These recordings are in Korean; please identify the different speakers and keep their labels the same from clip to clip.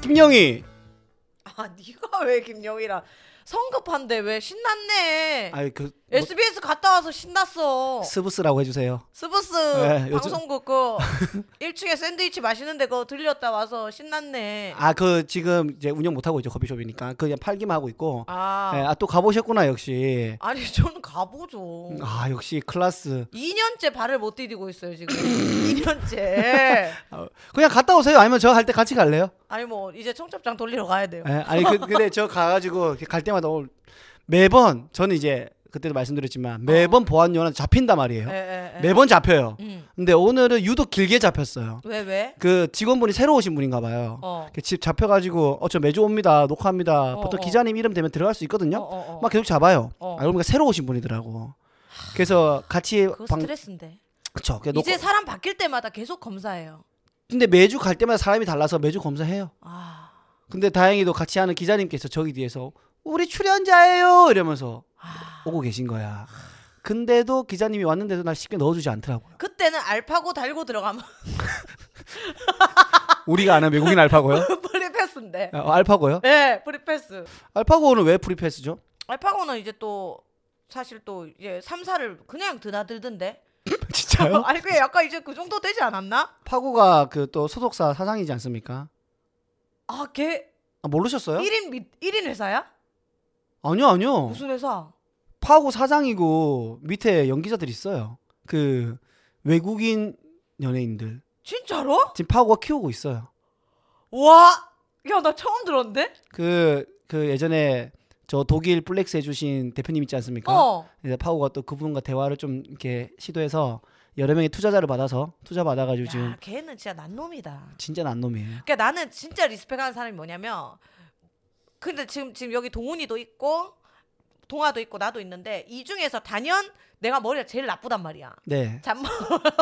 Speaker 1: 김영희.
Speaker 2: 아 네가 왜 김영희라 성급한데 왜 신났네
Speaker 1: 아유 그 뭐,
Speaker 2: SBS 갔다 와서 신났어
Speaker 1: 스브스라고 해주세요.
Speaker 2: 스브스
Speaker 1: 네, 요즘-
Speaker 2: 방송국 그 1층에 샌드위치 맛있는데 그거 들렸다 와서 신났네
Speaker 1: 아 그 지금 이제 운영 못 하고 있죠 커피숍이니까 그냥 팔기만 하고 있고.
Speaker 2: 아,
Speaker 1: 예, 아또 가보셨구나 역시.
Speaker 2: 아니 저는 가보죠
Speaker 1: 아 역시 클라스.
Speaker 2: 2년째 발을 못 디디고 있어요 지금 2년째
Speaker 1: 아, 그냥 갔다 오세요. 아니면 저 할 때 같이 갈래요?
Speaker 2: 아니 뭐 이제 청첩장 돌리러 가야 돼요
Speaker 1: 예, 아니 그, 근데 저 가가지고 갈 때마다 오늘 매번 저는 이제 그때도
Speaker 2: 아.
Speaker 1: 말씀드렸지만 매번 보안 요원 잡힌단 말이에요. 네.
Speaker 2: 예, 예, 예.
Speaker 1: 매번 잡혀요.
Speaker 2: 음.
Speaker 1: 근데 오늘은 유독 길게 잡혔어요.
Speaker 2: 왜 왜?
Speaker 1: 그 직원분이 새로 오신 분인가 봐요.
Speaker 2: 어.
Speaker 1: 그집 잡혀가지고 어 저 매주 옵니다 녹화합니다
Speaker 2: 어,
Speaker 1: 보통
Speaker 2: 어.
Speaker 1: 기자님 이름 되면 들어갈 수 있거든요
Speaker 2: 어, 어, 어.
Speaker 1: 막 계속 잡아요
Speaker 2: 어.
Speaker 1: 알고 보니까 새로 오신 분이더라고 그래서 같이
Speaker 2: 그거
Speaker 1: 방
Speaker 2: 스트레스인데
Speaker 1: 그쵸 그냥 녹화-
Speaker 2: 이제 사람 바뀔 때마다 계속 검사해요
Speaker 1: 근데 매주 갈 때마다 사람이 달라서 매주 검사해요
Speaker 2: 아
Speaker 1: 근데 다행히도 같이 하는 기자님께서 저기 뒤에서 우리 출연자예요 이러면서
Speaker 2: 아.
Speaker 1: 오고 계신 거야 근데도 기자님이 왔는데도 날 쉽게 넣어주지 않더라고요
Speaker 2: 그때는 알파고 달고 들어가면
Speaker 1: 우리가 아는 외국인 알파고요
Speaker 2: 프리패스인데.
Speaker 1: 어, 알파고요
Speaker 2: 예, 프리패스.
Speaker 1: 알파고는 왜 프리패스죠
Speaker 2: 알파고는 이제 또 사실 또 이제 삼사를 그냥 드나들던데.
Speaker 1: 진짜요
Speaker 2: 아니 그게 약간 이제 그 정도 되지 않았나?
Speaker 1: 파고가 그 또 소속사 사장이지 않습니까
Speaker 2: 아, 걔
Speaker 1: 아, 모르셨어요? 어.
Speaker 2: 1인 미, 1인 회사야?
Speaker 1: 아니요, 아니요.
Speaker 2: 무슨 회사?
Speaker 1: 파고 사장이고 밑에 연기자들 있어요. 그 외국인 연예인들
Speaker 2: 진짜로?
Speaker 1: 지금 파고가 키우고 있어요.
Speaker 2: 와! 야, 나 처음 들었는데?
Speaker 1: 그 그 예전에 저 독일 플렉스 해주신 대표님 있지 않습니까?
Speaker 2: 어.
Speaker 1: 이제 파고가 또 그분과 대화를 좀 이렇게 시도해서 여러 명의 투자자를 받아서 투자 받아가지고 지금
Speaker 2: 야, 걔는 진짜 난놈이다.
Speaker 1: 진짜 난놈이에요.
Speaker 2: 그러니까 나는 진짜 리스펙하는 사람이 뭐냐면 근데 지금 지금 여기 동훈이도 있고 동아도 있고 나도 있는데 이 중에서 단연 내가 머리가 제일 나쁘단 말이야.
Speaker 1: 네.
Speaker 2: 잔머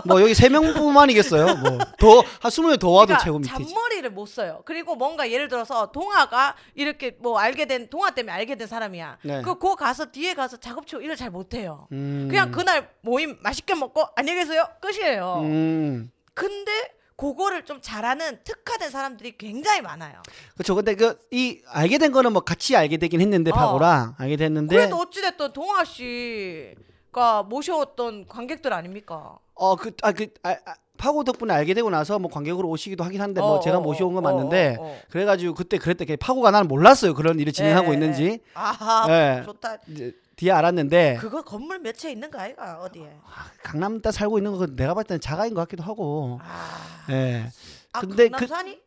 Speaker 1: 뭐 여기 세 명뿐만이겠어요. 뭐더한 스물 더 와도
Speaker 2: 그러니까
Speaker 1: 최고 밑이지.
Speaker 2: 잔머리를 못 써요. 그리고 뭔가 예를 들어서 동아가 이렇게 뭐 알게 된 동아 때문에 알게 된 사람이야.
Speaker 1: 네.
Speaker 2: 그 고 가서 뒤에 가서 작업치고 일을 잘 못해요.
Speaker 1: 음.
Speaker 2: 그냥 그날 모임 맛있게 먹고 안녕히 계세요 끝이에요.
Speaker 1: 음.
Speaker 2: 근데 그거를 좀 잘하는 특화된 사람들이 굉장히 많아요.
Speaker 1: 그렇죠. 근데 그 이 알게 된 거는 뭐 같이 알게 되긴 했는데
Speaker 2: 어.
Speaker 1: 파고랑 알게 됐는데
Speaker 2: 그래도 어찌됐든 동아 씨가 모셔왔던 관객들 아닙니까?
Speaker 1: 어그아그 아, 아, 파고 덕분에 알게 되고 나서 뭐 관객으로 오시기도 하긴 한데 뭐
Speaker 2: 어,
Speaker 1: 제가
Speaker 2: 어,
Speaker 1: 모셔온 건
Speaker 2: 어,
Speaker 1: 맞는데
Speaker 2: 어, 어.
Speaker 1: 그래가지고 그때 그랬대. 그냥 파고가 나는 몰랐어요. 그런 일을 진행하고
Speaker 2: 예,
Speaker 1: 있는지
Speaker 2: 예. 아하
Speaker 1: 예.
Speaker 2: 좋다.
Speaker 1: 이제 뒤에 알았는데
Speaker 2: 그거 건물 몇 채 있는 거 아이가 어디에?
Speaker 1: 강남 따 살고 있는 거 내가 봤을 때는 자가인 것 같기도 하고.
Speaker 2: 아,
Speaker 1: 예.
Speaker 2: 아
Speaker 1: 근데 그-
Speaker 2: 강남산이?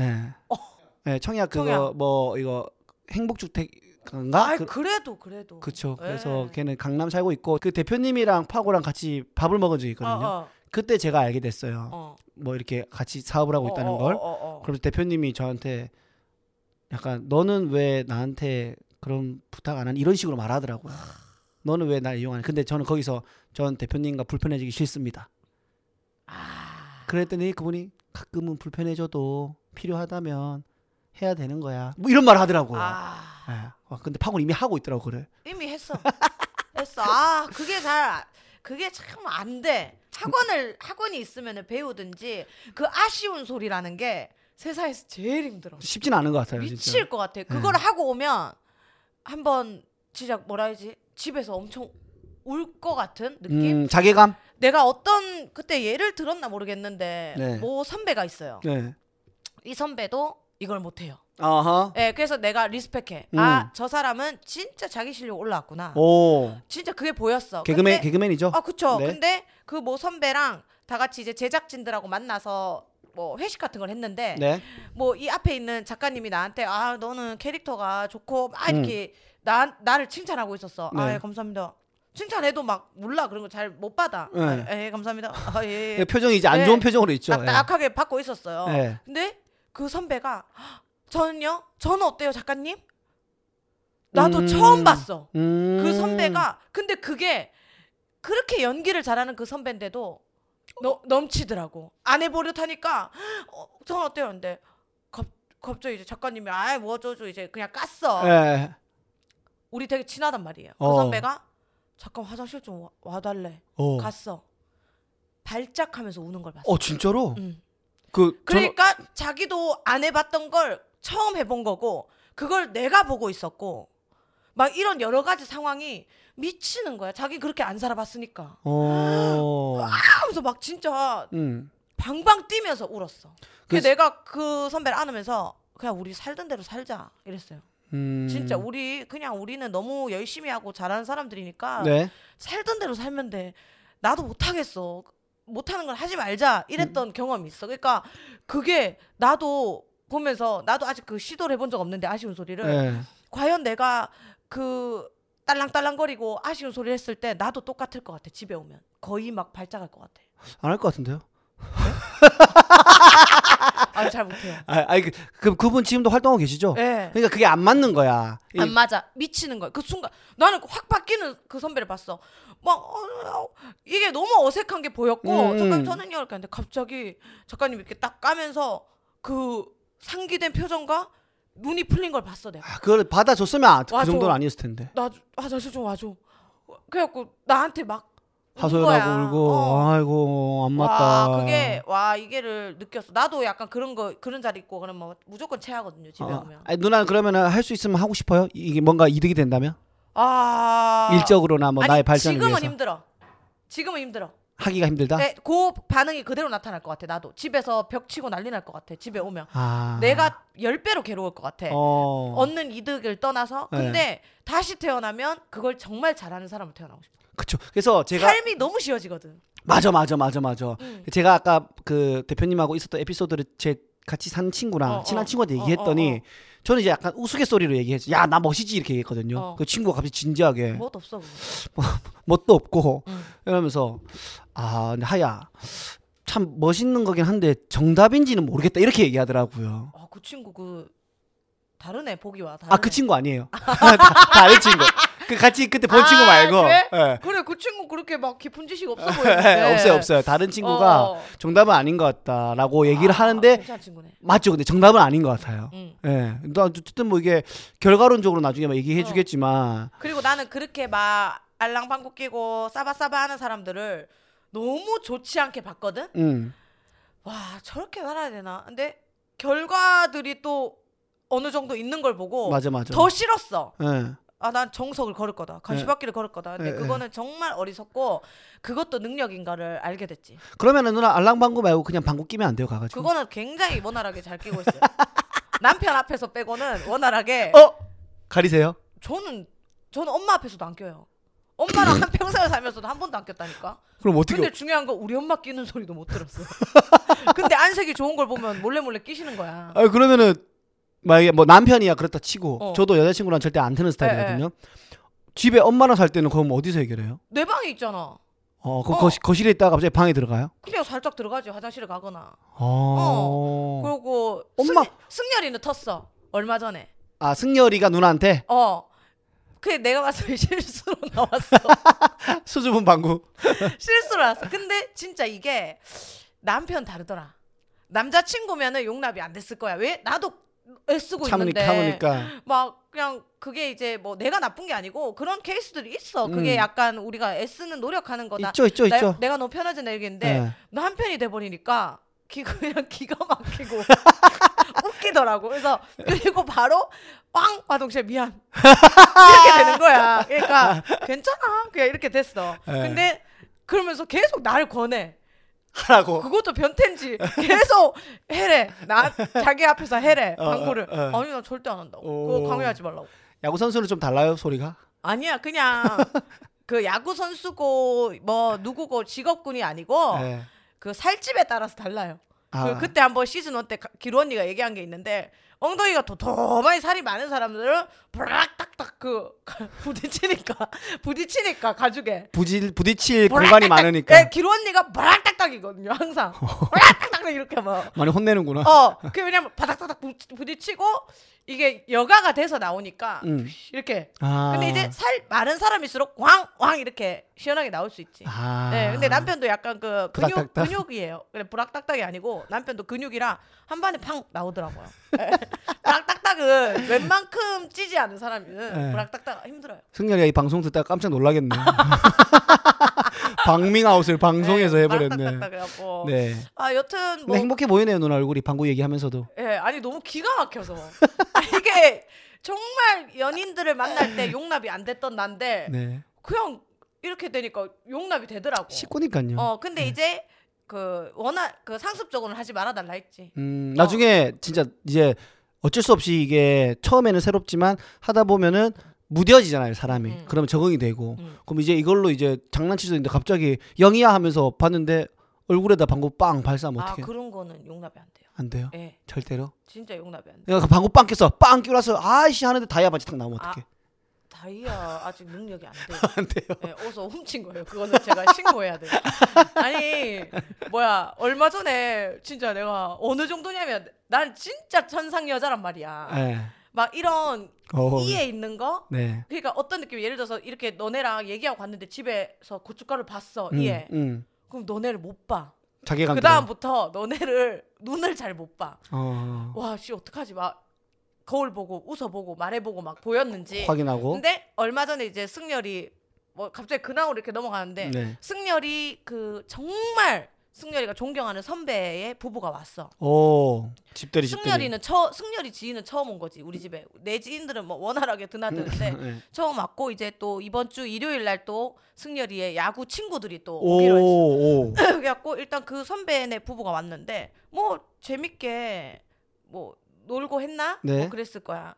Speaker 1: 예.
Speaker 2: 어.
Speaker 1: 예. 청약 그거
Speaker 2: 청약.
Speaker 1: 뭐 이거 행복주택인가?
Speaker 2: 아,
Speaker 1: 그,
Speaker 2: 그, 래도 그래도.
Speaker 1: 그쵸.
Speaker 2: 예.
Speaker 1: 그래서 걔는 강남 살고 있고 그 대표님이랑 파고랑 같이 밥을 먹은 적이 있거든요.
Speaker 2: 어,
Speaker 1: 그때 제가 알게 됐어요.
Speaker 2: 어, 어.
Speaker 1: 뭐 이렇게 같이 사업을 하고
Speaker 2: 어,
Speaker 1: 있다는
Speaker 2: 어,
Speaker 1: 걸.
Speaker 2: 어, 어, 어.
Speaker 1: 그래서 대표님이 저한테 약간 너는 왜 나한테 그런 부탁 안 하니 이런 식으로 말하더라고요. 너는 왜 날 이용하니? 근데 저는 거기서 전 대표님과 불편해지기 싫습니다.
Speaker 2: 아.
Speaker 1: 그랬더니 그분이 가끔은 불편해져도 필요하다면 해야 되는 거야. 뭐 이런 말 하더라고요.
Speaker 2: 아,
Speaker 1: 예. 와, 근데 파고 이미 하고 있더라고 그래.
Speaker 2: 이미 했어. 했어. 아, 그게 잘 그게 참 안 돼. 학원을 학원이 있으면 배우든지 그 아쉬운 소리라는 게 세상에서 제일 힘들어.
Speaker 1: 쉽진 않은 것 같아요. 진짜. 네.
Speaker 2: 미칠 것 같아. 그걸 하고 오면 한번 진짜 뭐라 해야지 집에서 엄청 울 것 같은 느낌.
Speaker 1: 음, 자괴감?
Speaker 2: 내가 어떤 그때 예를 들었나 모르겠는데
Speaker 1: 네.
Speaker 2: 뭐 선배가 있어요.
Speaker 1: 네.
Speaker 2: 이 선배도 이걸 못해요.
Speaker 1: 아하.
Speaker 2: 예, 그래서 내가 리스펙해.
Speaker 1: 음.
Speaker 2: 아, 저 사람은 진짜 자기 실력 올라왔구나.
Speaker 1: 오.
Speaker 2: 진짜 그게 보였어.
Speaker 1: 개그맨
Speaker 2: 근데,
Speaker 1: 개그맨이죠?
Speaker 2: 아, 그쵸.
Speaker 1: 네.
Speaker 2: 근데 그 뭐 선배랑 다 같이 이제 제작진들하고 만나서 뭐 회식 같은 걸 했는데
Speaker 1: 네.
Speaker 2: 뭐 이 앞에 있는 작가님이 나한테 아 너는 캐릭터가 좋고 막 이렇게 나 나를 칭찬하고 있었어.
Speaker 1: 음. 네.
Speaker 2: 아 예, 감사합니다. 칭찬해도 막 몰라 그런 거 잘 못 받아.
Speaker 1: 네.
Speaker 2: 아, 예, 감사합니다. 아, 예,
Speaker 1: 예,
Speaker 2: 예.
Speaker 1: 표정이 이제 안
Speaker 2: 네.
Speaker 1: 좋은 표정으로 있죠. 예.
Speaker 2: 딱딱하게 받고 있었어요.
Speaker 1: 예.
Speaker 2: 근데 그 선배가 "헉, 저는요 저는 어때요 작가님 나도
Speaker 1: 음.
Speaker 2: 처음 봤어
Speaker 1: 음.
Speaker 2: 그 선배가 근데 그게 그렇게 연기를 잘하는 그 선배인데도 너, 넘치더라고 안 해보려 하니까 어, 저는 어때요 근데 갑, 갑자기 이제 작가님이 아이 뭐 어쩌죠 이제 그냥 깠어
Speaker 1: 예.
Speaker 2: 우리 되게 친하단 말이에요 그
Speaker 1: 어.
Speaker 2: 선배가 잠깐 화장실 좀 와, 와달래
Speaker 1: 어.
Speaker 2: 갔어 발작하면서 우는 걸 봤어
Speaker 1: 어 진짜로?
Speaker 2: 음.
Speaker 1: 그 저는-
Speaker 2: 그러니까 자기도 안 해봤던 걸 처음 해본 거고 그걸 내가 보고 있었고 막 이런 여러 가지 상황이 미치는 거야. 자기 그렇게 안 살아봤으니까.
Speaker 1: 어.
Speaker 2: 하면서 막 진짜
Speaker 1: 음.
Speaker 2: 방방 뛰면서 울었어. 그
Speaker 1: 그래서-
Speaker 2: 내가 그 선배를 안으면서 그냥 우리 살던 대로 살자 이랬어요.
Speaker 1: 음.
Speaker 2: 진짜 우리 그냥 우리는 너무 열심히 하고 잘하는 사람들이니까
Speaker 1: 네.
Speaker 2: 살던 대로 살면 돼. 나도 못하겠어. 못하는 걸 하지 말자. 이랬던 경험이 있어. 그러니까 그게 나도 보면서 나도 아직 그 시도를 해본 적 없는데 아쉬운 소리를
Speaker 1: 네.
Speaker 2: 과연 내가 그 딸랑딸랑거리고 아쉬운 소리를 했을 때 나도 똑같을 것 같아. 집에 오면 거의 막 발작할 것 같아.
Speaker 1: 안할 것 같은데요?
Speaker 2: 아, 잘 못해요.
Speaker 1: 아, 아니 그, 그 그분 지금도 활동하고 계시죠?
Speaker 2: 예.
Speaker 1: 그러니까 그게 안 맞는 거야. 이-
Speaker 2: 안 맞아 미치는 거야 그 순간 나는 확 바뀌는 그 선배를 봤어 막 어, 어, 이게 너무 어색한 게 보였고
Speaker 1: 음, 음.
Speaker 2: 잠깐 저는요 이렇게 하는데 갑자기 작가님 이렇게 딱 까면서 그 상기된 표정과 눈이 풀린 걸 봤어 내가
Speaker 1: 아, 그걸 받아줬으면 아, 그
Speaker 2: 와줘.
Speaker 1: 정도는 아니었을 텐데.
Speaker 2: 나 화장실 좀 와줘 그래갖고 나한테 막
Speaker 1: 하소연하고
Speaker 2: 거야.
Speaker 1: 울고
Speaker 2: 어.
Speaker 1: 아이고 안 맞다.
Speaker 2: 와 그게 와 이게를 느꼈어 나도 약간 그런 거 그런 자리 있고 그러면 뭐 무조건 체하거든요 집에
Speaker 1: 아,
Speaker 2: 오면
Speaker 1: 아니, 누나는 그러면 할 수 있으면 하고 싶어요? 이- 이게 뭔가 이득이 된다면
Speaker 2: 아
Speaker 1: 일적으로나 뭐
Speaker 2: 아니,
Speaker 1: 나의 발전을
Speaker 2: 지금은
Speaker 1: 위해서
Speaker 2: 힘들어 지금은 힘들어
Speaker 1: 하기가 힘들다.
Speaker 2: 네, 그 반응이 그대로 나타날 것 같아. 나도 집에서 벽 치고 난리 날 것 같아. 집에 오면
Speaker 1: 아.
Speaker 2: 내가 열 배로 괴로울 것 같아.
Speaker 1: 어.
Speaker 2: 얻는 이득을 떠나서
Speaker 1: 네.
Speaker 2: 근데 다시 태어나면 그걸 정말 잘하는 사람으로 태어나고 싶어.
Speaker 1: 그쵸. 그래서 제가
Speaker 2: 삶이 너무 쉬워지거든.
Speaker 1: 맞아 맞아 맞아 맞아.
Speaker 2: 음.
Speaker 1: 제가 아까 그 대표님하고 있었던 에피소드를 제 같이 산 친구랑
Speaker 2: 어,
Speaker 1: 친한
Speaker 2: 어.
Speaker 1: 친구한테
Speaker 2: 어,
Speaker 1: 얘기했더니
Speaker 2: 어, 어.
Speaker 1: 저는 이제 약간 우스갯소리로 얘기했죠. 야 나 멋이지 이렇게 얘기했거든요.
Speaker 2: 어.
Speaker 1: 그 친구가 갑자기 진지하게
Speaker 2: 뭐도 없어. 그거.
Speaker 1: 멋도 없고
Speaker 2: 음.
Speaker 1: 이러면서 아 근데 하야 참 멋있는 거긴 한데 정답인지는 모르겠다 이렇게 얘기하더라고요.
Speaker 2: 아, 그 친구 그 다르네 보기와 다르네.
Speaker 1: 아 그 친구 아니에요. 다- 다른 친구. 그 같이 그때 본
Speaker 2: 아,
Speaker 1: 친구 말고.
Speaker 2: 그래?
Speaker 1: 예.
Speaker 2: 그래 그 친구 그렇게 막 깊은 지식 없어 보이는데.
Speaker 1: 없어요 없어요. 다른 친구가
Speaker 2: 어.
Speaker 1: 정답은 아닌 그렇죠. 것 같다라고 얘기를
Speaker 2: 아,
Speaker 1: 하는데
Speaker 2: 괜찮은 친구네.
Speaker 1: 맞죠. 근데 정답은 아닌 것 같아요.
Speaker 2: 음.
Speaker 1: 예. 근데 어쨌든 뭐 이게 결과론적으로 나중에 막 얘기해 주겠지만
Speaker 2: 그리고 나는 그렇게 막 알랑방구 끼고 싸바싸바 하는 사람들을 너무 좋지 않게 봤거든.
Speaker 1: 음.
Speaker 2: 와 저렇게 살아야 되나 근데 결과들이 또 어느 정도 있는 걸 보고
Speaker 1: 맞아 맞아. 네.
Speaker 2: 더 싫었어
Speaker 1: 예.
Speaker 2: 아 난 정석을 걸을 거다 간시밭길을 걸을 거다 근데
Speaker 1: 예,
Speaker 2: 그거는 정말 어리석고 그것도 능력인가를 알게 됐지
Speaker 1: 그러면은 누나 알랑방구 말고 그냥 방구 끼면 안 돼요, 가 가지고.
Speaker 2: 그거는 굉장히 원활하게 잘 끼고 있어요 남편 앞에서 빼고는 원활하게
Speaker 1: 어? 가리세요?
Speaker 2: 저는 저는 엄마 앞에서도 안 껴요 엄마랑 한 평생을 살면서도 한 번도 안 꼈다니까
Speaker 1: 그럼 어떻게
Speaker 2: 근데 중요한 건 우리 엄마 끼는 소리도 못 들었어 근데 안색이 좋은 걸 보면 몰래 몰래 끼시는 거야
Speaker 1: 아 그러면은 만약에 뭐 남편이야 그렇다 치고
Speaker 2: 어.
Speaker 1: 저도 여자친구랑 절대 안 트는 스타일이거든요. 집에 엄마랑 살 때는 그럼 어디서 해결해요?
Speaker 2: 내 방에 있잖아
Speaker 1: 어, 그
Speaker 2: 어.
Speaker 1: 거실, 거실에 있다가 갑자기 방에 들어가요?
Speaker 2: 그냥 살짝 들어가지 화장실에 가거나
Speaker 1: 어.
Speaker 2: 그리고
Speaker 1: 엄마.
Speaker 2: 승, 렬이는 텄어 얼마 전에
Speaker 1: 아 승열이가 누나한테
Speaker 2: 어 그게 내가 봤을 때 실수로 나왔어
Speaker 1: 수줍은 방구.
Speaker 2: 실수로 나왔어 근데 진짜 이게 남편 다르더라 남자친구면은 용납이 안 됐을 거야 왜 나도 애쓰고
Speaker 1: 참으니
Speaker 2: 있는데
Speaker 1: 참으니까.
Speaker 2: 막 그냥 그게 이제 뭐 내가 나쁜 게 아니고 그런 케이스들이 있어 그게
Speaker 1: 음.
Speaker 2: 약간 우리가 애쓰는 노력하는 거다
Speaker 1: 있죠 있죠
Speaker 2: 나-
Speaker 1: 있죠.
Speaker 2: 내가 너무 편하지 내 얘기인데
Speaker 1: 네.
Speaker 2: 나 한편이 돼버리니까 기, 그냥 기가 막히고 웃기더라고. 그래서 그리고 바로 왕 화동실 미안 이렇게 되는 거야. 그러니까 괜찮아 그냥 이렇게 됐어.
Speaker 1: 예.
Speaker 2: 근데 그러면서 계속 나를 권해.
Speaker 1: 하라고.
Speaker 2: 그것도 변태인지 계속 해래. 나 자기 앞에서 해래
Speaker 1: 어,
Speaker 2: 방구를.
Speaker 1: 어, 어.
Speaker 2: 아니 나 절대 안 한다고.
Speaker 1: 오.
Speaker 2: 그거 강요하지 말라고.
Speaker 1: 야구 선수는 좀 달라요 소리가?
Speaker 2: 아니야 그냥 그 야구 선수고 뭐 누구고 직업군이 아니고
Speaker 1: 네.
Speaker 2: 그 살집에 따라서 달라요.
Speaker 1: 아.
Speaker 2: 그, 때 한번 시즌 1때 기루 언니가 얘기한 게 있는데 엉덩이가 도톰하게 살이 많은 사람들은 브락딱딱 그 부딪히니까 부딪히니까 가죽에
Speaker 1: 부질 부딪힐 공간이 많으니까
Speaker 2: 네, 기루 언니가 브락딱딱이거든요 항상 브락딱딱 이렇게 막
Speaker 1: 많이 혼내는구나.
Speaker 2: 어, 그 왜냐면 바닥바닥 부- 부딪히고 이게 여가가 돼서 나오니까
Speaker 1: 음.
Speaker 2: 이렇게
Speaker 1: 아.
Speaker 2: 근데 이제 살 많은 사람일수록 왕왕 이렇게 시원하게 나올 수 있지.
Speaker 1: 아.
Speaker 2: 네, 근데 남편도 약간 그 근육
Speaker 1: 부락딱딱.
Speaker 2: 근육이에요. 그래 부락딱딱이 아니고 남편도 근육이라 한 반에 팡 나오더라고요. 네. 부락딱딱은 웬만큼 찌지 않은 사람은
Speaker 1: 네.
Speaker 2: 부락딱딱 힘들어요.
Speaker 1: 승열이가 이 방송 듣다가 깜짝 놀라겠네. 방밍아웃을 방송에서
Speaker 2: 예,
Speaker 1: 해버렸네.
Speaker 2: 말딱딱딱 해갖고.
Speaker 1: 네.
Speaker 2: 아 여튼
Speaker 1: 근데
Speaker 2: 뭐
Speaker 1: 행복해 보이네요 누나 얼굴이 방구 얘기하면서도.
Speaker 2: 예, 아니 너무 기가 막혀서 아, 이게 정말 연인들을 만날 때 용납이 안 됐던 난데
Speaker 1: 네.
Speaker 2: 그냥 이렇게 되니까 용납이 되더라고.
Speaker 1: 식구니까요.
Speaker 2: 어, 근데
Speaker 1: 네.
Speaker 2: 이제 그 워낙 그 상습적으로는 하지 말아 달라 했지.
Speaker 1: 음, 나중에 진짜 이제 어쩔 수 없이 이게 처음에는 새롭지만 하다 보면은 무뎌지잖아요 사람이.
Speaker 2: 음.
Speaker 1: 그러면 적응이 되고.
Speaker 2: 음.
Speaker 1: 그럼 이제 이걸로 이제 장난치고 있는데 갑자기 영이야 하면서 봤는데 얼굴에다 방구 빵 발사하면
Speaker 2: 아
Speaker 1: 어떻게?
Speaker 2: 그런 거는 용납이 안 돼요.
Speaker 1: 안 돼요.
Speaker 2: 예,
Speaker 1: 절대로.
Speaker 2: 진짜 용납이 안 돼.
Speaker 1: 내가 그 방구 빵 꼈어. 빵 끼고 나서 아이씨 하는데 다이아 바지 탁 나오면
Speaker 2: 아.
Speaker 1: 어떡해?
Speaker 2: 다이아 아직 능력이 안 돼요.
Speaker 1: 안 돼요.
Speaker 2: 예, 어서 훔친 거예요. 그거는 제가 신고해야 돼요. 아니 뭐야 얼마 전에 진짜 내가 어느 정도냐면 난 진짜 천상 여자란 말이야.
Speaker 1: 네.
Speaker 2: 막 이런
Speaker 1: 어.
Speaker 2: 이에 있는 거
Speaker 1: 네.
Speaker 2: 그러니까 어떤 느낌 예를 들어서 이렇게 너네랑 얘기하고 갔는데 집에서 고춧가루 봤어
Speaker 1: 음,
Speaker 2: 이에
Speaker 1: 음.
Speaker 2: 그럼 너네를 못봐
Speaker 1: 자괴감.
Speaker 2: 그다음부터 너네를 눈을 잘 못봐와씨
Speaker 1: 들어요. 어.
Speaker 2: 어떡하지 막 거울 보고 웃어보고 말해보고 막 보였는지
Speaker 1: 확인하고.
Speaker 2: 근데 얼마 전에 이제 승열이 뭐 갑자기 근황으로 이렇게 넘어가는데
Speaker 1: 네.
Speaker 2: 승열이 그 정말 승열이가 존경하는 선배의 부부가 왔어
Speaker 1: 오. 집들이 집들이.
Speaker 2: 승열이는 처 승열이 지인은 처음 온 거지 우리 집에 내 지인들은 뭐 원활하게 드나드는데
Speaker 1: 네.
Speaker 2: 처음 왔고 이제 또 이번 주 일요일 날 또 승열이의 야구 친구들이 또 오기로 했어.
Speaker 1: 오. 오.
Speaker 2: 그래갖고 일단 그 선배네 부부가 왔는데 뭐 재밌게 뭐 놀고 했나?
Speaker 1: 네.
Speaker 2: 뭐 그랬을 거야.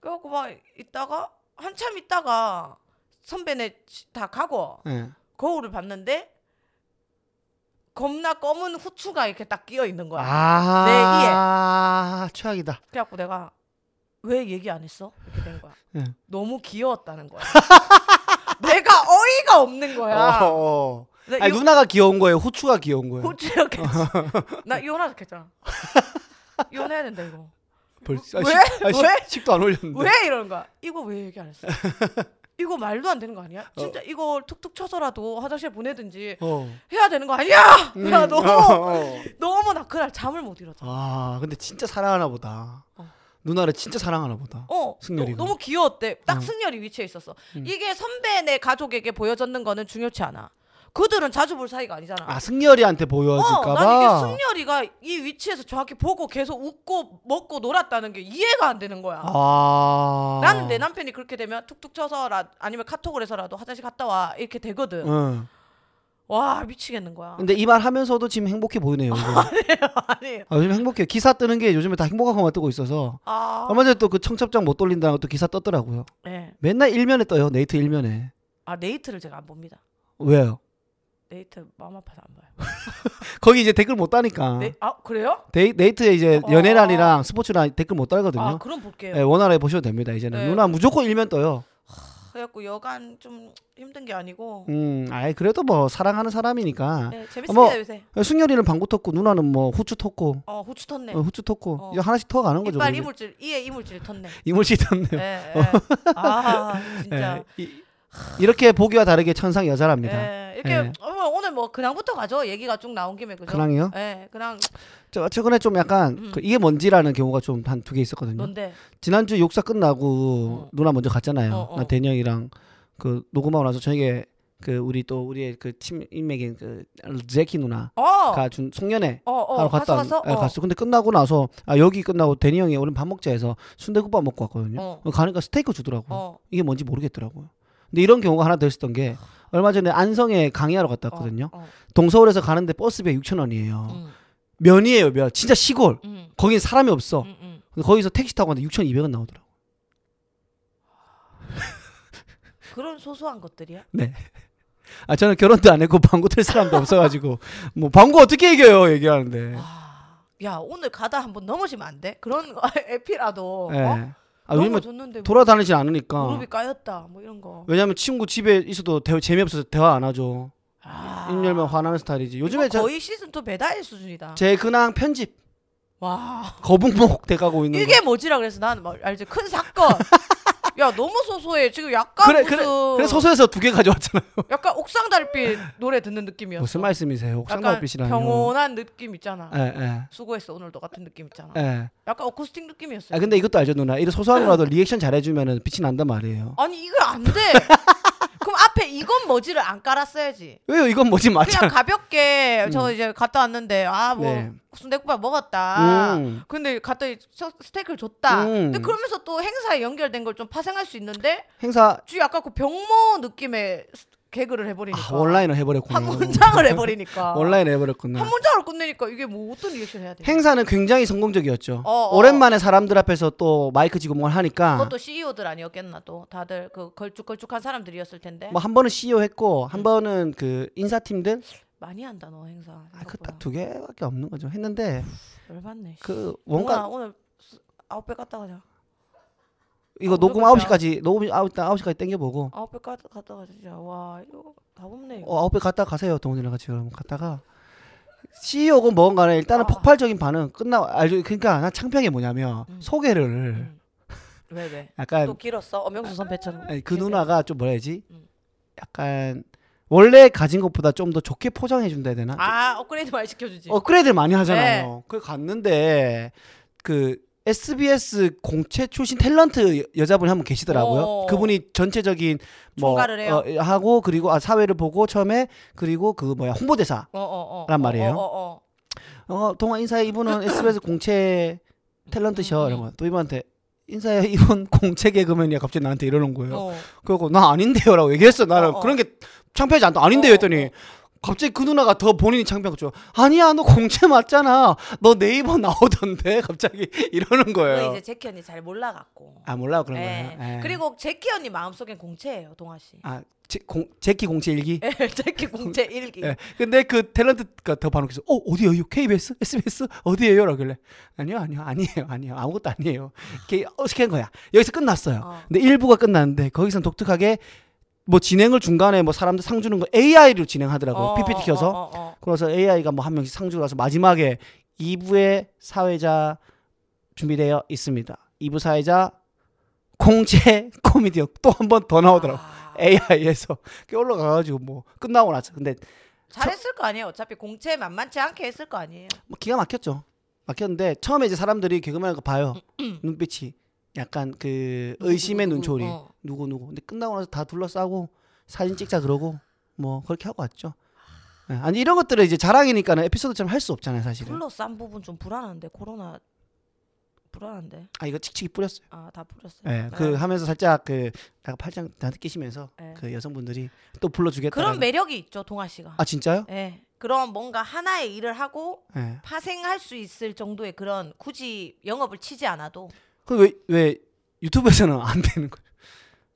Speaker 2: 그래갖고 막 있다가 한참 있다가 선배네 지- 다 가고
Speaker 1: 네.
Speaker 2: 거울을 봤는데 겁나 검은 후추가 이렇게 딱 끼어 있는 거야.
Speaker 1: 아, 최악이다.
Speaker 2: 그래갖고 내가 왜 얘기 안 했어? 이렇게 된 거야.
Speaker 1: 예.
Speaker 2: 너무 귀여웠다는 거야. 내가 어이가 없는 거야.
Speaker 1: 어, 어.
Speaker 2: 나
Speaker 1: 아니,
Speaker 2: 요-
Speaker 1: 누나가 귀여운 거예요. 호추가 귀여운 거예요.
Speaker 2: 호주였겠지. 나 이혼하자 했잖아. 이혼해야 된다 이거.
Speaker 1: 벌써
Speaker 2: 왜? 왜?
Speaker 1: 식, 도안 올렸는데.
Speaker 2: 왜 이러는 거야? 이거 왜 얘기 안 했어? 이거 말도 안 되는 거 아니야? 진짜 이걸 툭툭 쳐서라도 화장실 보내든지
Speaker 1: 어.
Speaker 2: 해야 되는 거 아니야?
Speaker 1: 음,
Speaker 2: 야 너무
Speaker 1: 어, 어.
Speaker 2: 너무 나 그날 잠을 못 이뤘어.
Speaker 1: 아, 근데 진짜 사랑하나 보다.
Speaker 2: 어.
Speaker 1: 누나를 진짜 사랑하나 보다.
Speaker 2: 어,
Speaker 1: 승열이가.
Speaker 2: 너, 무 귀여웠대.
Speaker 1: 어.
Speaker 2: 딱 승열이 위치에 있었어.
Speaker 1: 음.
Speaker 2: 이게 선배네 가족에게 보여졌는 거는 중요치 않아. 그들은 자주 볼 사이가 아니잖아.
Speaker 1: 아, 승열이한테
Speaker 2: 어, 난
Speaker 1: 보여질까봐.
Speaker 2: 이게 승열이가 이 위치에서 정확히 보고 계속 웃고 먹고 놀았다는 게 이해가 안 되는 거야.
Speaker 1: 아.
Speaker 2: 나는 내 남편이 그렇게 되면 툭툭 쳐서 라, 아니면 카톡을 해서라도 화장실 갔다 와 이렇게 되거든.
Speaker 1: 응.
Speaker 2: 와 미치겠는 거야.
Speaker 1: 근데 이 말 하면서도 지금 행복해 보이네요. 이거.
Speaker 2: 아. 아니
Speaker 1: 아, 요즘 행복해요. 기사 뜨는 게 요즘에 다 행복한 것만 뜨고 있어서.
Speaker 2: 아
Speaker 1: 얼마 전에 또 그 청첩장 못 돌린다는 것도 기사 떴더라고요.
Speaker 2: 네.
Speaker 1: 맨날 일면에 떠요. 네이트 일면에.
Speaker 2: 아 네이트를 제가 안 봅니다.
Speaker 1: 왜요?
Speaker 2: 네이트 마음 아파서 안 봐요.
Speaker 1: 거기 이제 댓글 못 다니까.
Speaker 2: 네, 아 그래요?
Speaker 1: 데이, 데이트에 이제
Speaker 2: 어.
Speaker 1: 연애란이랑 스포츠란 댓글 못
Speaker 2: 아
Speaker 1: 달거든요.
Speaker 2: 그럼 볼게요.
Speaker 1: 예, 원활하게 보셔도 됩니다. 이제는
Speaker 2: 네. 어.
Speaker 1: 누나 무조건 일면 떠요.
Speaker 2: 그래갖고 여간 좀 힘든 게 아니고
Speaker 1: 음, 아이 그래도 뭐 사랑하는 사람이니까.
Speaker 2: 네, 재밌습니다
Speaker 1: 뭐-
Speaker 2: 요새.
Speaker 1: 승열이는 방구 텄고 누나는 뭐 후추 텄고
Speaker 2: 어 후추 텄네.
Speaker 1: 어, 후추 텄고
Speaker 2: 어.
Speaker 1: 이제 하나씩 터 가는 거죠.
Speaker 2: 이빨
Speaker 1: 그러면.
Speaker 2: 이물질 이에 이물질 텄네.
Speaker 1: 이물질
Speaker 2: 예,
Speaker 1: 텄네요. 어.
Speaker 2: 예. 아 진짜.
Speaker 1: 예, 이- 이렇게 보기와 다르게 천상 여자랍니다.
Speaker 2: 예, 이렇게
Speaker 1: 예.
Speaker 2: 어, 뭐 오늘 뭐 근황부터 가죠. 얘기가 쭉 나온 김에 그죠.
Speaker 1: 그랑이요?
Speaker 2: 예, 근황
Speaker 1: 저 최근에 좀 약간
Speaker 2: 음.
Speaker 1: 그 이게 뭔지라는 경우가 좀 한 두 개 있었거든요.
Speaker 2: 뭔데?
Speaker 1: 지난주 욕사 끝나고
Speaker 2: 어.
Speaker 1: 누나 먼저 갔잖아요.
Speaker 2: 어, 어.
Speaker 1: 나 대니형이랑 그 녹음하고 나서 저녁에 그 우리 또 우리의 그 친인맥인 그 제키 누나가
Speaker 2: 어,
Speaker 1: 준 송년회
Speaker 2: 어, 어,
Speaker 1: 하러 갔다
Speaker 2: 가서
Speaker 1: 왔-
Speaker 2: 가서.
Speaker 1: 예, 갔어. 근데 끝나고 나서 아 여기 끝나고 대니 형이 우리 밥 먹자 해서 순대국밥 먹고 왔거든요.
Speaker 2: 어.
Speaker 1: 가니까 스테이크 주더라고.
Speaker 2: 어,
Speaker 1: 요
Speaker 2: 어,
Speaker 1: 이게 뭔지 모르겠더라고요. 근데 이런 경우가 하나 더 있었던 게 얼마 전에 안성에 강의하러 갔다 왔거든요. 어.
Speaker 2: 어, 어.
Speaker 1: 동서울에서 가는데 버스비가 6천 원이에요.
Speaker 2: 음,
Speaker 1: 면이에요, 면. 진짜 시골.
Speaker 2: 음,
Speaker 1: 거긴 사람이 없어.
Speaker 2: 음, 음.
Speaker 1: 근데 거기서 택시 타고 갔는데 6,200원 나오더라고.
Speaker 2: 그런 소소한 것들이야.
Speaker 1: 아 저는 결혼도 안 했고 방구 틀 사람도 없어가지고 뭐 방구 어떻게 이겨요 얘기하는데.
Speaker 2: 아, 와, 야 오늘 가다 한번 넘어지면 안 돼? 그런 거, 에피라도.
Speaker 1: 예.
Speaker 2: 어?
Speaker 1: 아
Speaker 2: 너무
Speaker 1: 왜냐면
Speaker 2: 좋는데
Speaker 1: 돌아다니진 어.
Speaker 2: 뭐,
Speaker 1: 않으니까.
Speaker 2: 무릎이 까였다 뭐 이런 거.
Speaker 1: 왜냐면 친구 집에 있어도 대, 재미없어서 대화 안 하죠.
Speaker 2: 아,
Speaker 1: 입 열면 화나는 스타일이지. 요즘에
Speaker 2: 이거
Speaker 1: 저-
Speaker 2: 거의 시즌 2 배달 수준이다.
Speaker 1: 제 근황 편집
Speaker 2: 와,
Speaker 1: 거북목 돼가고 있는 거.
Speaker 2: 이게 뭐지라 그래서 나는 막 알지 큰 사건. 야 너무 소소해 지금 약간
Speaker 1: 그래,
Speaker 2: 무슨
Speaker 1: 그래 소소해서 두 개 가져왔잖아요.
Speaker 2: 약간 옥상 달빛 노래 듣는 느낌이었어.
Speaker 1: 무슨 말씀이세요? 옥상
Speaker 2: 약간
Speaker 1: 달빛이라뇨.
Speaker 2: 평온한 느낌 있잖아.
Speaker 1: 예, 예.
Speaker 2: 수고했어 오늘도 같은 느낌 있잖아.
Speaker 1: 예.
Speaker 2: 약간 어쿠스틱 느낌이었어요.
Speaker 1: 아 근데 이것도
Speaker 2: 어.
Speaker 1: 알죠 누나. 이런 소소한 거라도 리액션 잘해주면은 빛이 난단 말이에요.
Speaker 2: 아니 이거 안 돼. 그럼 앞에 이건 뭐지를 안 깔았어야지.
Speaker 1: 왜요? 이건 뭐지 맞아. 음.
Speaker 2: 그냥 가볍게 저 이제 갔다 왔는데 아 뭐
Speaker 1: 네.
Speaker 2: 순대국밥 먹었다.
Speaker 1: 음.
Speaker 2: 근데 갔더니 서- 스테이크를 줬다.
Speaker 1: 음.
Speaker 2: 근데 그러면서 또 행사에 연결된 걸 좀 파생할 수 있는데
Speaker 1: 행사
Speaker 2: 주위 아까 그 병모 느낌의 스- 개그를 해버리니까
Speaker 1: 아, 온라인을 해버렸구나.
Speaker 2: 한 문장을 해버리니까
Speaker 1: 온라인을 해버렸구나.
Speaker 2: 한 문장으로 끝내니까 이게 뭐 어떤 리액션 해야 돼?
Speaker 1: 행사는 굉장히 성공적이었죠.
Speaker 2: 어, 어.
Speaker 1: 오랜만에 사람들 앞에서 또 마이크 지구멍을 하니까
Speaker 2: 그것도 CEO들 아니었겠나 또 다들 그 걸쭉걸쭉한 사람들이었을 텐데
Speaker 1: 뭐 한 번은 CEO 했고
Speaker 2: 음.
Speaker 1: 한 번은 그 인사팀들
Speaker 2: 많이 한다 너 행사.
Speaker 1: 아, 그
Speaker 2: 생각보다.
Speaker 1: 딱 두 개밖에 없는 거죠. 했는데
Speaker 2: 열받네. 씨.
Speaker 1: 그 원가
Speaker 2: 뭐야, 오늘 수- 아홉 배 갔다 가자.
Speaker 1: 이거
Speaker 2: 아,
Speaker 1: 녹음
Speaker 2: 그럴
Speaker 1: 9시까지 녹음 아홉 일단 9시까지 땡겨보고
Speaker 2: 아홉 배 갔다 갔다 가자. 진짜. 와 이거 다 없네. 이거.
Speaker 1: 어, 아홉 배 갔다 가세요 동훈이랑 같이 그럼 갔다가 CEO건 뭔 간에 일단은
Speaker 2: 아.
Speaker 1: 폭발적인 반응 끝나 알죠 그러니까 나 창피한 게 뭐냐면
Speaker 2: 음.
Speaker 1: 소개를
Speaker 2: 음. 왜 왜?
Speaker 1: 약간
Speaker 2: 또 길었어. 엄영수 선배처럼.
Speaker 1: 아니, 그 누나가 좀 뭐라 해야지
Speaker 2: 음.
Speaker 1: 약간 원래 가진 것보다 좀 더 좋게 포장해 준다 해야 되나 어,
Speaker 2: 아 네. 업그레이드 많이 시켜주지.
Speaker 1: 업그레이드 많이 하잖아요 그래 갔는데 그 SBS 공채 출신 탤런트 여- 여자분이 한 분 계시더라고요.
Speaker 2: 어.
Speaker 1: 그분이 전체적인 뭐
Speaker 2: 총괄을 해요?
Speaker 1: 어, 하고 그리고 아, 사회를 보고 처음에 그리고 그 뭐야 홍보대사
Speaker 2: 어어어.
Speaker 1: 란 말이에요.
Speaker 2: 어, 어, 어.
Speaker 1: 어, 동아 인사해 이분은 SBS 공채
Speaker 2: 음,
Speaker 1: 탤런트셔
Speaker 2: 음.
Speaker 1: 이런 거. 또 이분한테 인사해 이분 공채 개그맨이야 갑자기 나한테 이러는 거예요.
Speaker 2: 어.
Speaker 1: 그리고 나 아닌데요라고 얘기했어. 나는
Speaker 2: 어, 어.
Speaker 1: 그런 게 창피하지 않다. 아닌데요
Speaker 2: 어,
Speaker 1: 했더니 갑자기 그 누나가 더 본인이 창피한 거죠. 아니야 너 공채 맞잖아. 너 네이버 나오던데 갑자기 이러는
Speaker 2: 그건
Speaker 1: 거예요.
Speaker 2: 이제 재키 언니 잘 몰라갖고.
Speaker 1: 아 몰라 그런
Speaker 2: 예.
Speaker 1: 거예요. 예.
Speaker 2: 그리고 재키 언니 마음속엔 공채예요, 동아 씨.
Speaker 1: 아 제, 공, 제키 공채 일기.
Speaker 2: 예, 재키 공채 일기.
Speaker 1: 예. 근데 그 탤런트가 더 반응해서 어 어디에요? KBS? SBS? 어디에요? 라길래 아니요 아니요 아니에요 아니요 아무것도 아니에요. 이렇게 어색한 거야. 여기서 끝났어요.
Speaker 2: 어.
Speaker 1: 근데 일부가 끝났는데 거기선 독특하게 뭐 진행을 중간에 뭐 사람들 상 주는 거 AI로 진행하더라고요.
Speaker 2: 어,
Speaker 1: PPT
Speaker 2: 어,
Speaker 1: 켜서
Speaker 2: 어, 어, 어.
Speaker 1: 그래서 AI가 뭐 한 명씩 상 주고 나서 마지막에 2부의 사회자 준비되어 있습니다. 2부 사회자 공채 코미디어 또 한 번 더 나오더라고.
Speaker 2: 아,
Speaker 1: AI에서 올라가가지고 뭐 끝나고 나서 근데
Speaker 2: 잘했을 거 아니에요. 어차피 공채 만만치 않게 했을 거 아니에요.
Speaker 1: 뭐 기가 막혔죠. 막혔는데 처음에 이제 사람들이 개그맨을 봐요.
Speaker 2: 음,
Speaker 1: 눈빛이 약간 그 의심의
Speaker 2: 누구, 누구,
Speaker 1: 눈초리.
Speaker 2: 어.
Speaker 1: 누구 누구. 근데 끝나고 나서 다 둘러싸고 사진 찍자 그러고 뭐 그렇게 하고 왔죠. 예, 아니 이런 것들을 이제 자랑이니까는 에피소드처럼 할 수 없잖아요 사실은.
Speaker 2: 둘러싼 부분 좀 불안한데 코로나 불안한데.
Speaker 1: 아 이거 칙칙이 뿌렸어요.
Speaker 2: 아 다 뿌렸어요.
Speaker 1: 예, 그 하면서 살짝 그 약간 팔짱 다 끼시면서
Speaker 2: 예.
Speaker 1: 그 여성분들이 또 불러주겠다.
Speaker 2: 그런 매력이 있죠 동아 씨가.
Speaker 1: 아 진짜요?
Speaker 2: 예. 그런 뭔가 하나의 일을 하고
Speaker 1: 예.
Speaker 2: 파생할 수 있을 정도의 그런 굳이 영업을 치지 않아도
Speaker 1: 그왜왜 왜 유튜브에서는 안 되는 거예요?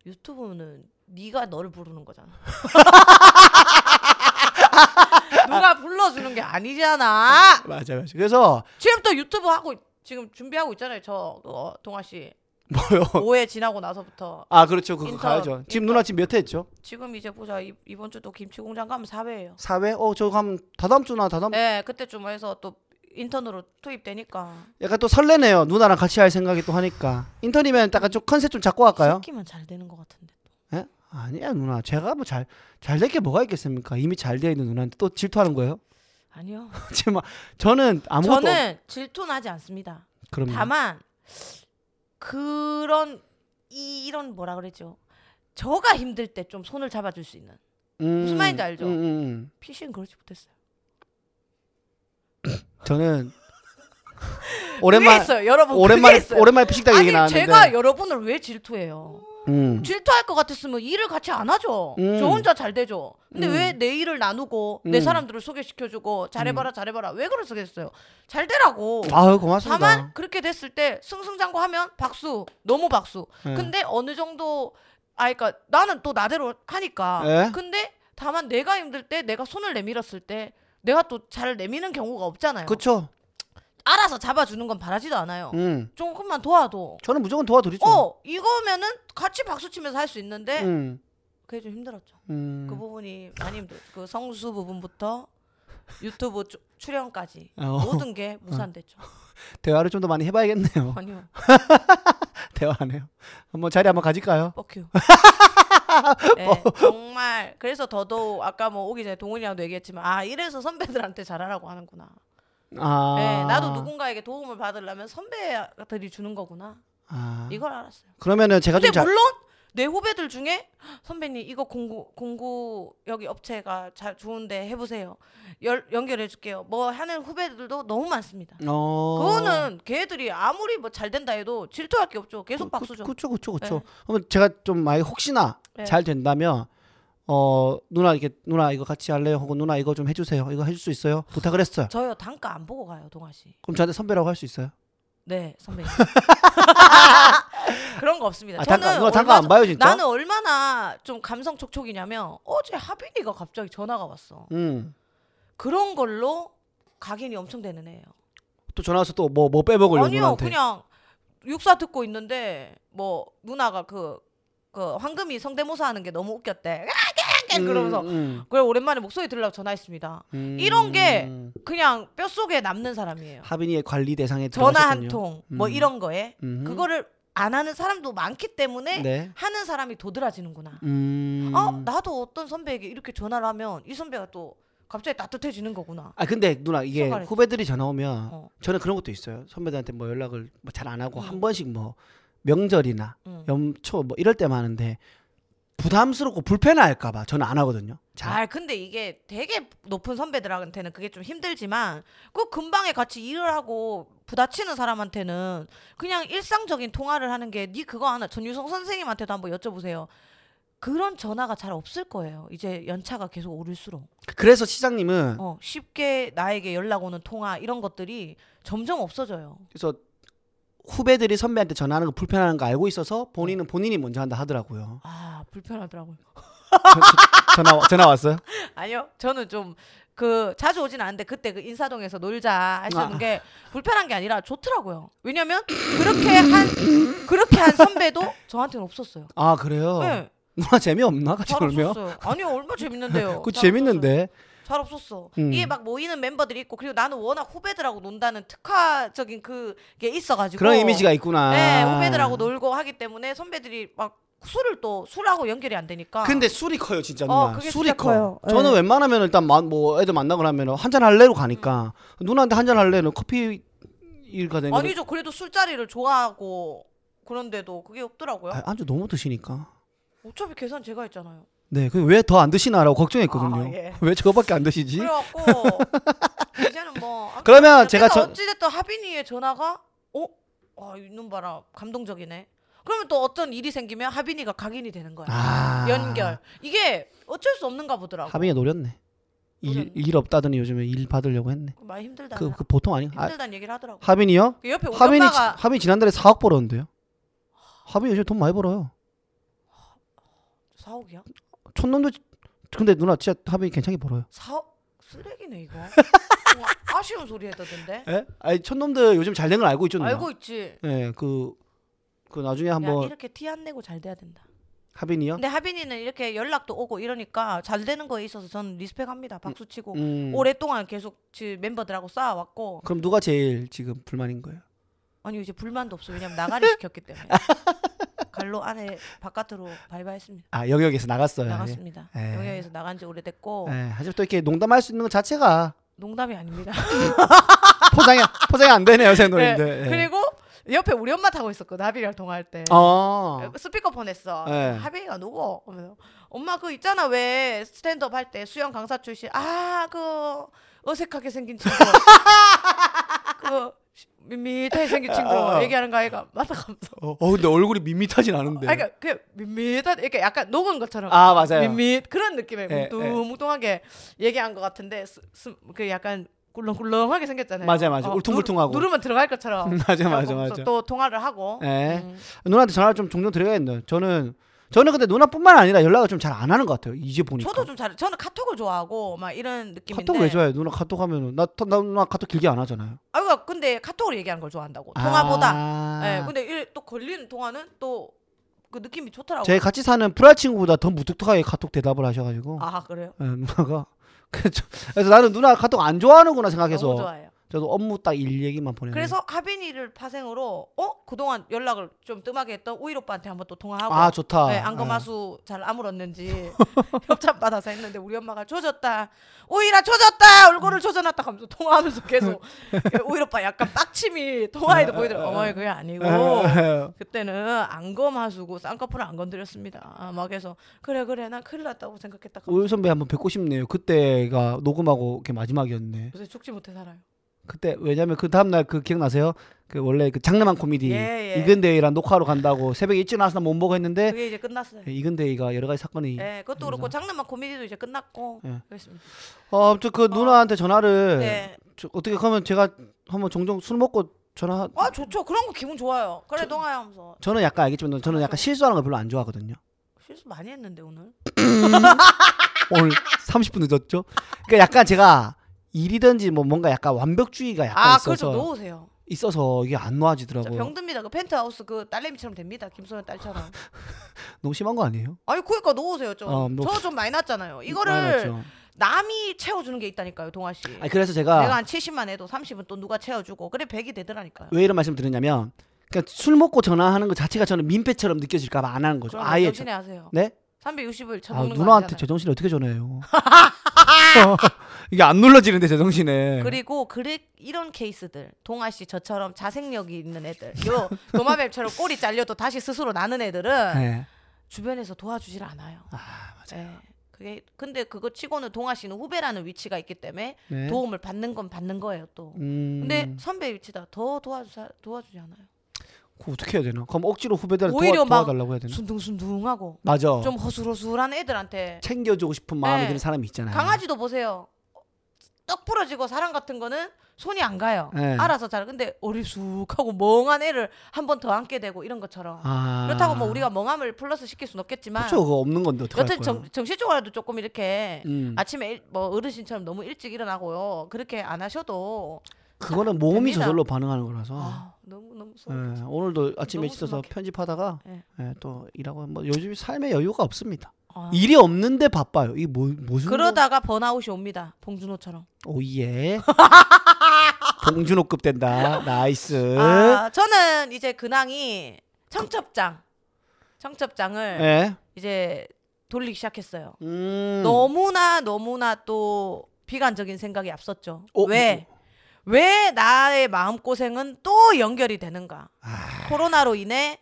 Speaker 2: 유튜브는 네가 너를 부르는 거잖아. 누가 불러주는 게 아니잖아.
Speaker 1: 맞아 맞아. 그래서
Speaker 2: 지금 또 유튜브 하고 지금 준비하고 있잖아요. 저 그거 동아 씨
Speaker 1: 뭐요?
Speaker 2: 오해 지나고 나서부터
Speaker 1: 아 그렇죠 그거
Speaker 2: 인턴,
Speaker 1: 가야죠. 지금 누나 지금 몇 회 했죠?
Speaker 2: 지금 이제 보자 이, 이번 주 또 김치 공장 가면 4회예요.
Speaker 1: 사회? 어 저거 하면 다다음 주나 다다음
Speaker 2: 예, 그때쯤 해서 또 인턴으로 투입되니까
Speaker 1: 약간 또 설레네요. 누나랑 같이 할 생각이 또 하니까 인턴이면 약간 좀 컨셉 좀 잡고 갈까요?
Speaker 2: 시키면 잘 되는 것 같은데.
Speaker 1: 예? 아니야 누나 제가 뭐 잘 잘 될 게 뭐가 있겠습니까? 이미 잘 되어 있는 누나한테 또 질투하는 거예요?
Speaker 2: 아니요.
Speaker 1: 지금 막 저는 아무것도 없...
Speaker 2: 저는 질투나지 않습니다.
Speaker 1: 그럼요.
Speaker 2: 다만 그런 이, 이런 뭐라 그러죠. 저가 힘들 때 좀 손을 잡아줄 수 있는
Speaker 1: 음,
Speaker 2: 무슨 말인지 알죠?
Speaker 1: 음, 음, 음.
Speaker 2: 피씨는 그러지 못했어요.
Speaker 1: 저는
Speaker 2: 그게
Speaker 1: 오랜만
Speaker 2: 있어요, 여러분.
Speaker 1: 오랜만에
Speaker 2: 뭐 그게 있어요.
Speaker 1: 오랜만에 피식당 얘기
Speaker 2: 아니
Speaker 1: 나왔는데
Speaker 2: 제가 여러분을 왜 질투해요?
Speaker 1: 음.
Speaker 2: 질투할 것 같았으면 뭐 일을 같이 안 하죠.
Speaker 1: 음.
Speaker 2: 저 혼자 잘 되죠. 근데
Speaker 1: 음.
Speaker 2: 왜 내 일을 나누고 내
Speaker 1: 음.
Speaker 2: 사람들을 소개시켜주고 잘해봐라 잘해봐라 왜 그러겠어요? 잘 되라고.
Speaker 1: 아유 고맙습니다.
Speaker 2: 다만 그렇게 됐을 때 승승장구하면 박수 너무 박수.
Speaker 1: 예.
Speaker 2: 근데 어느 정도 아 그러니까 나는 또 나대로 하니까.
Speaker 1: 예?
Speaker 2: 근데 다만 내가 힘들 때 내가 손을 내밀었을 때 내가 또 잘 내미는 경우가 없잖아요.
Speaker 1: 그쵸?
Speaker 2: 알아서 잡아주는 건 바라지도 않아요.
Speaker 1: 음. 그렇죠.
Speaker 2: 조금만 도와도.
Speaker 1: 저는 무조건 도와드리죠.
Speaker 2: 어 이거면은 같이 박수 치면서 할 수 있는데
Speaker 1: 음.
Speaker 2: 그게 좀 힘들었죠.
Speaker 1: 음.
Speaker 2: 그 부분이 많이 힘들. 그 성수 부분부터 유튜브 쭈- 출연까지
Speaker 1: 어.
Speaker 2: 모든 게 무산됐죠.
Speaker 1: 대화를 좀 더 많이 해봐야겠네요.
Speaker 2: 아니요,
Speaker 1: 대화 안 해요. 한번 자리 한번 가질까요?
Speaker 2: 뻑큐. 네,
Speaker 1: 어.
Speaker 2: 정말 그래서 더더욱 아까 뭐 오기 전에 동훈이랑도 얘기했지만 아 이래서 선배들한테 잘하라고 하는구나.
Speaker 1: 아,
Speaker 2: 네, 나도 누군가에게 도움을 받으려면 선배들이 주는 거구나.
Speaker 1: 아.
Speaker 2: 이걸 알았어요.
Speaker 1: 그러면은 제가 아-
Speaker 2: 근데
Speaker 1: 좀 잘,
Speaker 2: 물론 내 후배들 중에 선배님 이거 공구 공구 여기 업체가 잘 좋은데 해보세요. 열, 연결해 줄게요. 뭐 하는 후배들도 너무 많습니다.
Speaker 1: 어.
Speaker 2: 그거는 걔들이 아무리 뭐 잘 된다 해도 질투할 게 없죠. 계속 박수죠.
Speaker 1: 음, 그쵸 그쵸 그쵸.
Speaker 2: 네.
Speaker 1: 그러면 제가 좀 만약 혹시나
Speaker 2: 네.
Speaker 1: 잘 된다면 어 누나 이렇게 누나 이거 같이 할래요? 혹은 누나 이거 좀 해주세요. 이거 해줄 수 있어요? 부탁을 했어요.
Speaker 2: 저요 단가 안 보고 가요 동아 씨.
Speaker 1: 그럼 저한테 선배라고 할 수 있어요?
Speaker 2: 네 선배님. 그런 거 없습니다.
Speaker 1: 아
Speaker 2: 저는
Speaker 1: 잠깐 누나 잠깐 안
Speaker 2: 얼마-
Speaker 1: 봐요 진짜.
Speaker 2: 나는 얼마나 좀 감성 촉촉이냐면 어제 하빈이가 갑자기 전화가 왔어.
Speaker 1: 음.
Speaker 2: 그런 걸로 각인이 엄청 되는 애예요.
Speaker 1: 또 전화 와서 또 뭐 뭐 빼먹으려고
Speaker 2: 아니요,
Speaker 1: 누나한테.
Speaker 2: 그냥 육사 듣고 있는데 뭐 누나가 그, 그 황금이 성대모사 하는 게 너무 웃겼대. 아,
Speaker 1: 음,
Speaker 2: 그러면서
Speaker 1: 음,
Speaker 2: 그래 오랜만에 목소리 들으려고 전화했습니다.
Speaker 1: 음.
Speaker 2: 이런 게 그냥 뼛속에 남는 사람이에요.
Speaker 1: 하빈이의 관리 대상에
Speaker 2: 전화 한
Speaker 1: 들어갔었군요.
Speaker 2: 통 뭐
Speaker 1: 음.
Speaker 2: 이런 거에
Speaker 1: 음흠.
Speaker 2: 그거를 안 하는 사람도 많기 때문에
Speaker 1: 네.
Speaker 2: 하는 사람이 도드라지는구나.
Speaker 1: 음.
Speaker 2: 아 나도 어떤 선배에게 이렇게 전화를 하면 이 선배가 또 갑자기 따뜻해지는 거구나.
Speaker 1: 아 근데 누나 이게
Speaker 2: 소갈했지.
Speaker 1: 후배들이 전화 오면
Speaker 2: 어.
Speaker 1: 저는 그런 것도 있어요. 선배들한테 뭐 연락을 뭐 잘 안 하고
Speaker 2: 음.
Speaker 1: 한 번씩 뭐 명절이나
Speaker 2: 음.
Speaker 1: 연초 뭐 이럴 때만 하는데 부담스럽고 불편할까봐 저는 안 하거든요. 잘.
Speaker 2: 아 근데 이게 되게 높은 선배들한테는 그게 좀 힘들지만 그 금방에 같이 일을 하고 부딪히는 사람한테는 그냥 일상적인 통화를 하는 게 니 그거 하나 전유성 선생님한테도 한번 여쭤보세요. 그런 전화가 잘 없을 거예요. 이제 연차가 계속 오를수록
Speaker 1: 그래서 시장님은
Speaker 2: 어, 쉽게 나에게 연락 오는 통화 이런 것들이 점점 없어져요.
Speaker 1: 그래서 후배들이 선배한테 전화하는 거 불편하는 거 알고 있어서 본인은 본인이 먼저 한다 하더라고요.
Speaker 2: 아 불편하더라고요.
Speaker 1: 전화 전화 왔어요?
Speaker 2: 아니요, 저는 좀 그 자주 오진 않는데 그때 그 인사동에서 놀자 하시는
Speaker 1: 아.
Speaker 2: 게 불편한 게 아니라 좋더라고요. 왜냐면 그렇게 한 그렇게 한 선배도 저한테는 없었어요.
Speaker 1: 아 그래요?
Speaker 2: 네,
Speaker 1: 누나 재미없나 같이
Speaker 2: 잘
Speaker 1: 놀면?
Speaker 2: 없었어요. 아니요, 얼마 재밌는데요.
Speaker 1: 아, 그거
Speaker 2: 잘
Speaker 1: 재밌는데.
Speaker 2: 없었어요. 잘 없었어.
Speaker 1: 음.
Speaker 2: 이게 막 모이는 멤버들이 있고 그리고 나는 워낙 후배들하고 논다는 특화적인 그게 있어가지고
Speaker 1: 그런 이미지가 있구나.
Speaker 2: 네, 후배들하고 놀고 하기 때문에 선배들이 막 술을 또 술하고 연결이 안 되니까.
Speaker 1: 근데 술이 커요 진짜
Speaker 2: 아. 어,
Speaker 1: 누나.
Speaker 2: 그게
Speaker 1: 술이
Speaker 2: 진짜 커요.
Speaker 1: 커. 저는
Speaker 2: 예.
Speaker 1: 웬만하면 일단 마, 뭐 애들 만나고 나면 한잔 할래로 가니까 누나한테 한잔 할래는 커피 일가 되는 거.
Speaker 2: 음, 아니죠. 그래도 술자리를 좋아하고 그런데도 그게 없더라고요.
Speaker 1: 아, 안주 너무 드시니까.
Speaker 2: 어차피 계산 제가 했잖아요.
Speaker 1: 네, 그 왜 더 안 드시나라고 걱정했거든요.
Speaker 2: 아, 예.
Speaker 1: 왜 저거밖에 안 드시지?
Speaker 2: 그래갖고 이제는 뭐 아무튼
Speaker 1: 그러면 제가
Speaker 2: 그래서
Speaker 1: 저-
Speaker 2: 어찌됐든 하빈이의 전화가 어? 아 있는 봐라 감동적이네. 그러면 또 어떤 일이 생기면 하빈이가 각인이 되는 거야.
Speaker 1: 아,
Speaker 2: 연결. 이게 어쩔 수 없는가 보더라고.
Speaker 1: 하빈이 노렸네. 일,
Speaker 2: 노렸네.
Speaker 1: 일 없다더니 요즘에 일 받으려고 했네.
Speaker 2: 많이 힘들다.
Speaker 1: 그, 그 보통 아니? 아,
Speaker 2: 힘들다는 얘기를 하더라고.
Speaker 1: 하빈이요?
Speaker 2: 그 옆에 우리
Speaker 1: 하빈이 지-
Speaker 2: 오빠가
Speaker 1: 하빈이 지난달에 4억 벌었는데요. 하빈이 요즘 돈 많이 벌어요.
Speaker 2: 사옥이야?
Speaker 1: 촌놈도 근데 누나 진짜 하빈이 괜찮게 벌어요.
Speaker 2: 사옥 쓰레기네 이거. 우와, 아쉬운 소리 했다던데.
Speaker 1: 예? 아니 촌놈들 요즘 잘 된 걸 알고 있죠 누나.
Speaker 2: 알고 있지.
Speaker 1: 예, 그, 그 나중에
Speaker 2: 야
Speaker 1: 한번
Speaker 2: 이렇게 티 안 내고 잘 돼야 된다.
Speaker 1: 하빈이요.
Speaker 2: 근데 하빈이는 이렇게 연락도 오고 이러니까 잘 되는 거에 있어서 저는 리스펙합니다. 박수 치고
Speaker 1: 음,
Speaker 2: 오랫동안 계속 지 멤버들하고 싸워왔고
Speaker 1: 그럼 누가 제일 지금 불만인 거예요?
Speaker 2: 아니 이제 불만도 없어 왜냐면 나가리 시켰기 때문에 갈로 안에 바깥으로 발바했습니다.
Speaker 1: 아 영역에서 나갔어요.
Speaker 2: 나갔습니다. 어.
Speaker 1: 예.
Speaker 2: 영역에서 나간 지 오래됐고
Speaker 1: 예, 하지만 또 이렇게 농담할 수 있는 것 자체가
Speaker 2: 농담이 아닙니다.
Speaker 1: 포장이 포장이 안 되네요, 요새
Speaker 2: 예.
Speaker 1: 노래인데. 예.
Speaker 2: 그리고 옆에 우리 엄마 타고 있었거든 하빈이랑 통화할 때. 네.
Speaker 1: 어.
Speaker 2: 스피커폰 했어.
Speaker 1: 예.
Speaker 2: 하빈이가 누구? 하면서 엄마 그 있잖아 왜 스탠드업 할 때 수영 강사 출신 아 그 어색하게 생긴 친구 그 밋밋하게 생긴 친구
Speaker 1: 아, 아.
Speaker 2: 얘기하는 거 아이가 맞다 감사.
Speaker 1: 어, 어, 근데 얼굴이 밋밋하진 않은데.
Speaker 2: 아, 그러니까 그 밋밋한 이렇게 약간 녹은 것처럼
Speaker 1: 네. 아, 맞아요.
Speaker 2: 밋밋 그런 느낌의
Speaker 1: 예,
Speaker 2: 뭉뚱뭉뚱하게 얘기한 것 같은데 스, 스, 그 약간 꿀렁꿀렁하게 생겼잖아요. 어,
Speaker 1: 맞아요, 맞아요. 울퉁불퉁하고.
Speaker 2: 누, 누르면 들어갈 것처럼.
Speaker 1: 음, 맞아 맞아
Speaker 2: 그래서
Speaker 1: 맞아.
Speaker 2: 또 통화를 하고.
Speaker 1: 예.
Speaker 2: 음.
Speaker 1: 누나한테 전화를 좀 종종 드려야겠네요. 저는 저는 근데 누나뿐만 아니라 연락을 좀 잘 안 하는 것 같아요. 이제 보니까.
Speaker 2: 저도 좀 잘, 저는 카톡을 좋아하고 막 이런 느낌인데.
Speaker 1: 카톡 왜 좋아해요? 누나 카톡 하면은 나, 나 누나 카톡 길게 안 하잖아요.
Speaker 2: 아, 그러니까 근데 카톡으로 얘기하는 걸 좋아한다고. 통화보다. 예.
Speaker 1: 아.
Speaker 2: 근데 이또 걸리는 통화는 또 그 느낌이 좋더라고.
Speaker 1: 제 같이 사는 브라 친구보다 더 무뚝뚝하게 카톡 대답을 하셔가지고
Speaker 2: 아 그래요?
Speaker 1: 예, 누나가 그래서 음. 저- 그래서 나는 누나 카톡 안 좋아하는구나 생각해서
Speaker 2: 너무 좋아해요.
Speaker 1: 저도 업무 딱 일 얘기만 보내는.
Speaker 2: 그래서 하빈이를 파생으로 어 그동안 연락을 좀 뜸하게 했던 우일 오빠한테 한번 또 통화하고
Speaker 1: 아 좋다.
Speaker 2: 네, 안검하수 잘 아물었는지 협찬 받아서 했는데 우리 엄마가 조졌다. 오이라 조졌다. 얼굴을 조져놨다 하면서 통화하면서 계속 오이 오빠 약간 빡침이 통화에도 보이더라고. 어머니 그게
Speaker 1: 예.
Speaker 2: 아니고
Speaker 1: 음.
Speaker 2: 그때는 안검하수고 쌍꺼풀을 안 건드렸습니다. 아, 막 해서 그래 그래 난 큰일 났다고 생각했다.
Speaker 1: 우유 선배 한번 뵙고 싶네요. 그때가 녹음하고 그게 마지막이었네.
Speaker 2: 요새 죽지 못해 살아요.
Speaker 1: 그때 왜냐면 그 다음 날 그 기억나세요? 그 원래 그 장르만 코미디
Speaker 2: 예, 예.
Speaker 1: 이근대이랑 녹화로 간다고 새벽에 일찍 나와서 못 먹어 했는데 예,
Speaker 2: 그게 이제 끝났어요.
Speaker 1: 이근대이가 여러 가지 사건이
Speaker 2: 예, 그것도 그렇고 장난만 코미디도 이제 끝났고
Speaker 1: 예.
Speaker 2: 그렇습니다.
Speaker 1: 어, 아무튼 그 누나한테 전화를
Speaker 2: 네.
Speaker 1: 저- 어떻게 하면 제가 한번 종종 술 먹고 전화
Speaker 2: 아 좋죠. 그런 거 기분 좋아요. 그래 동아야 하면서
Speaker 1: 저는 약간 알겠지만 저는
Speaker 2: 어.
Speaker 1: 약간 실수하는 걸 별로 안 좋아하거든요.
Speaker 2: 실수 많이 했는데 오늘.
Speaker 1: 오늘 30분 늦었죠? 그러니까 약간 제가 일이든지 뭐 뭔가 약간 완벽주의가 약간
Speaker 2: 아 그걸
Speaker 1: 있어서 뭐.
Speaker 2: 좀 놓으세요.
Speaker 1: 있어서 이게 안
Speaker 2: 자,
Speaker 1: 놓아지더라고요.
Speaker 2: 병듭니다. 그 펜트하우스 그 딸내미처럼 됩니다. 김소연 딸처럼.
Speaker 1: 너무 심한 거 아니에요?
Speaker 2: 아니 그러니까 놓으세요 좀.
Speaker 1: 어, 놓- 음,
Speaker 2: 저 좀 많이 났잖아요. 이거를
Speaker 1: 맞죠.
Speaker 2: 남이 채워주는 게 있다니까요, 동아 씨.
Speaker 1: 그렇죠. 아니 그래서 제가
Speaker 2: 내가 한 70만 해도 30은 또 누가 채워주고 그래 100이 되더라니까요.
Speaker 1: 왜 이런 말씀 드렸냐면 그러니까 술 먹고 전화하는 것 자체가 저는 민폐처럼 느껴질까 봐 안 하는 거죠.
Speaker 2: 그럼
Speaker 1: 아예
Speaker 2: 정신에 하세요.
Speaker 1: 네?
Speaker 2: 360을
Speaker 1: 아,
Speaker 2: 쳐먹는 거
Speaker 1: 누나한테
Speaker 2: 아니잖아요.
Speaker 1: 제 정신을 어떻게 전해요? 이게 안 눌러지는데 제 정신에.
Speaker 2: 그리고 그래 이런 케이스들 동아 씨 저처럼 자생력이 있는 애들 요 도마뱀처럼 꼬리 잘려도 다시 스스로 나는 애들은
Speaker 1: 네.
Speaker 2: 주변에서 도와주질 않아요.
Speaker 1: 아,
Speaker 2: 네. 그게 근데 그거 치고는 동아 씨는 후배라는 위치가 있기 때문에
Speaker 1: 네.
Speaker 2: 도움을 받는 건 받는 거예요 또.
Speaker 1: 음.
Speaker 2: 근데 선배 위치다 더 도와주 도와주지 않아요.
Speaker 1: 그거 어떻게 해야 되나? 그럼 억지로 후배들한테 도와,
Speaker 2: 오히려 막
Speaker 1: 도와달라고 해야 되나? 어.
Speaker 2: 순둥순둥하고
Speaker 1: 맞아.
Speaker 2: 좀 허술허술한 애들한테
Speaker 1: 챙겨주고 싶은 마음이
Speaker 2: 네.
Speaker 1: 드는 사람이 있잖아요.
Speaker 2: 강아지도 보세요. 떡 부러지고 사람 같은 거는 손이 안 가요.
Speaker 1: 네.
Speaker 2: 알아서 잘. 근데 어리숙하고 멍한 애를 한 번 더 안게 되고 이런 것처럼.
Speaker 1: 아.
Speaker 2: 그렇다고 뭐 우리가 멍함을 플러스 시킬 수는 없겠지만
Speaker 1: 그렇죠. 그거 없는 건데 어떻게 할
Speaker 2: 여튼
Speaker 1: 거야?
Speaker 2: 정, 정신적으로라도 조금 이렇게
Speaker 1: 음.
Speaker 2: 아침에 일- 뭐 어르신처럼 너무 일찍 일어나고요. 그렇게 안 하셔도
Speaker 1: 그거는 몸이
Speaker 2: 됩니다.
Speaker 1: 저절로 반응하는 거라서.
Speaker 2: 아, 너무 너무
Speaker 1: 예,
Speaker 2: 소름. 끼쳐.
Speaker 1: 오늘도 아침에
Speaker 2: 너무
Speaker 1: 있어서
Speaker 2: 숨막혀.
Speaker 1: 편집하다가
Speaker 2: 예.
Speaker 1: 예, 또 일하고 뭐 요즘 삶에 여유가 없습니다.
Speaker 2: 아.
Speaker 1: 일이 없는데 바빠요. 이 뭐, 무슨
Speaker 2: 그러다가 번아웃이 옵니다. 봉준호처럼.
Speaker 1: 오예 봉준호급 된다. 나이스.
Speaker 2: 아, 저는 이제 근황이 청첩장. 청첩장을
Speaker 1: 예.
Speaker 2: 이제 돌리기 시작했어요.
Speaker 1: 음.
Speaker 2: 너무나 너무나 또 비관적인 생각이 앞섰죠.
Speaker 1: 어,
Speaker 2: 왜? 왜 나의 마음 고생은 또 연결이 되는가?
Speaker 1: 아.
Speaker 2: 코로나로 인해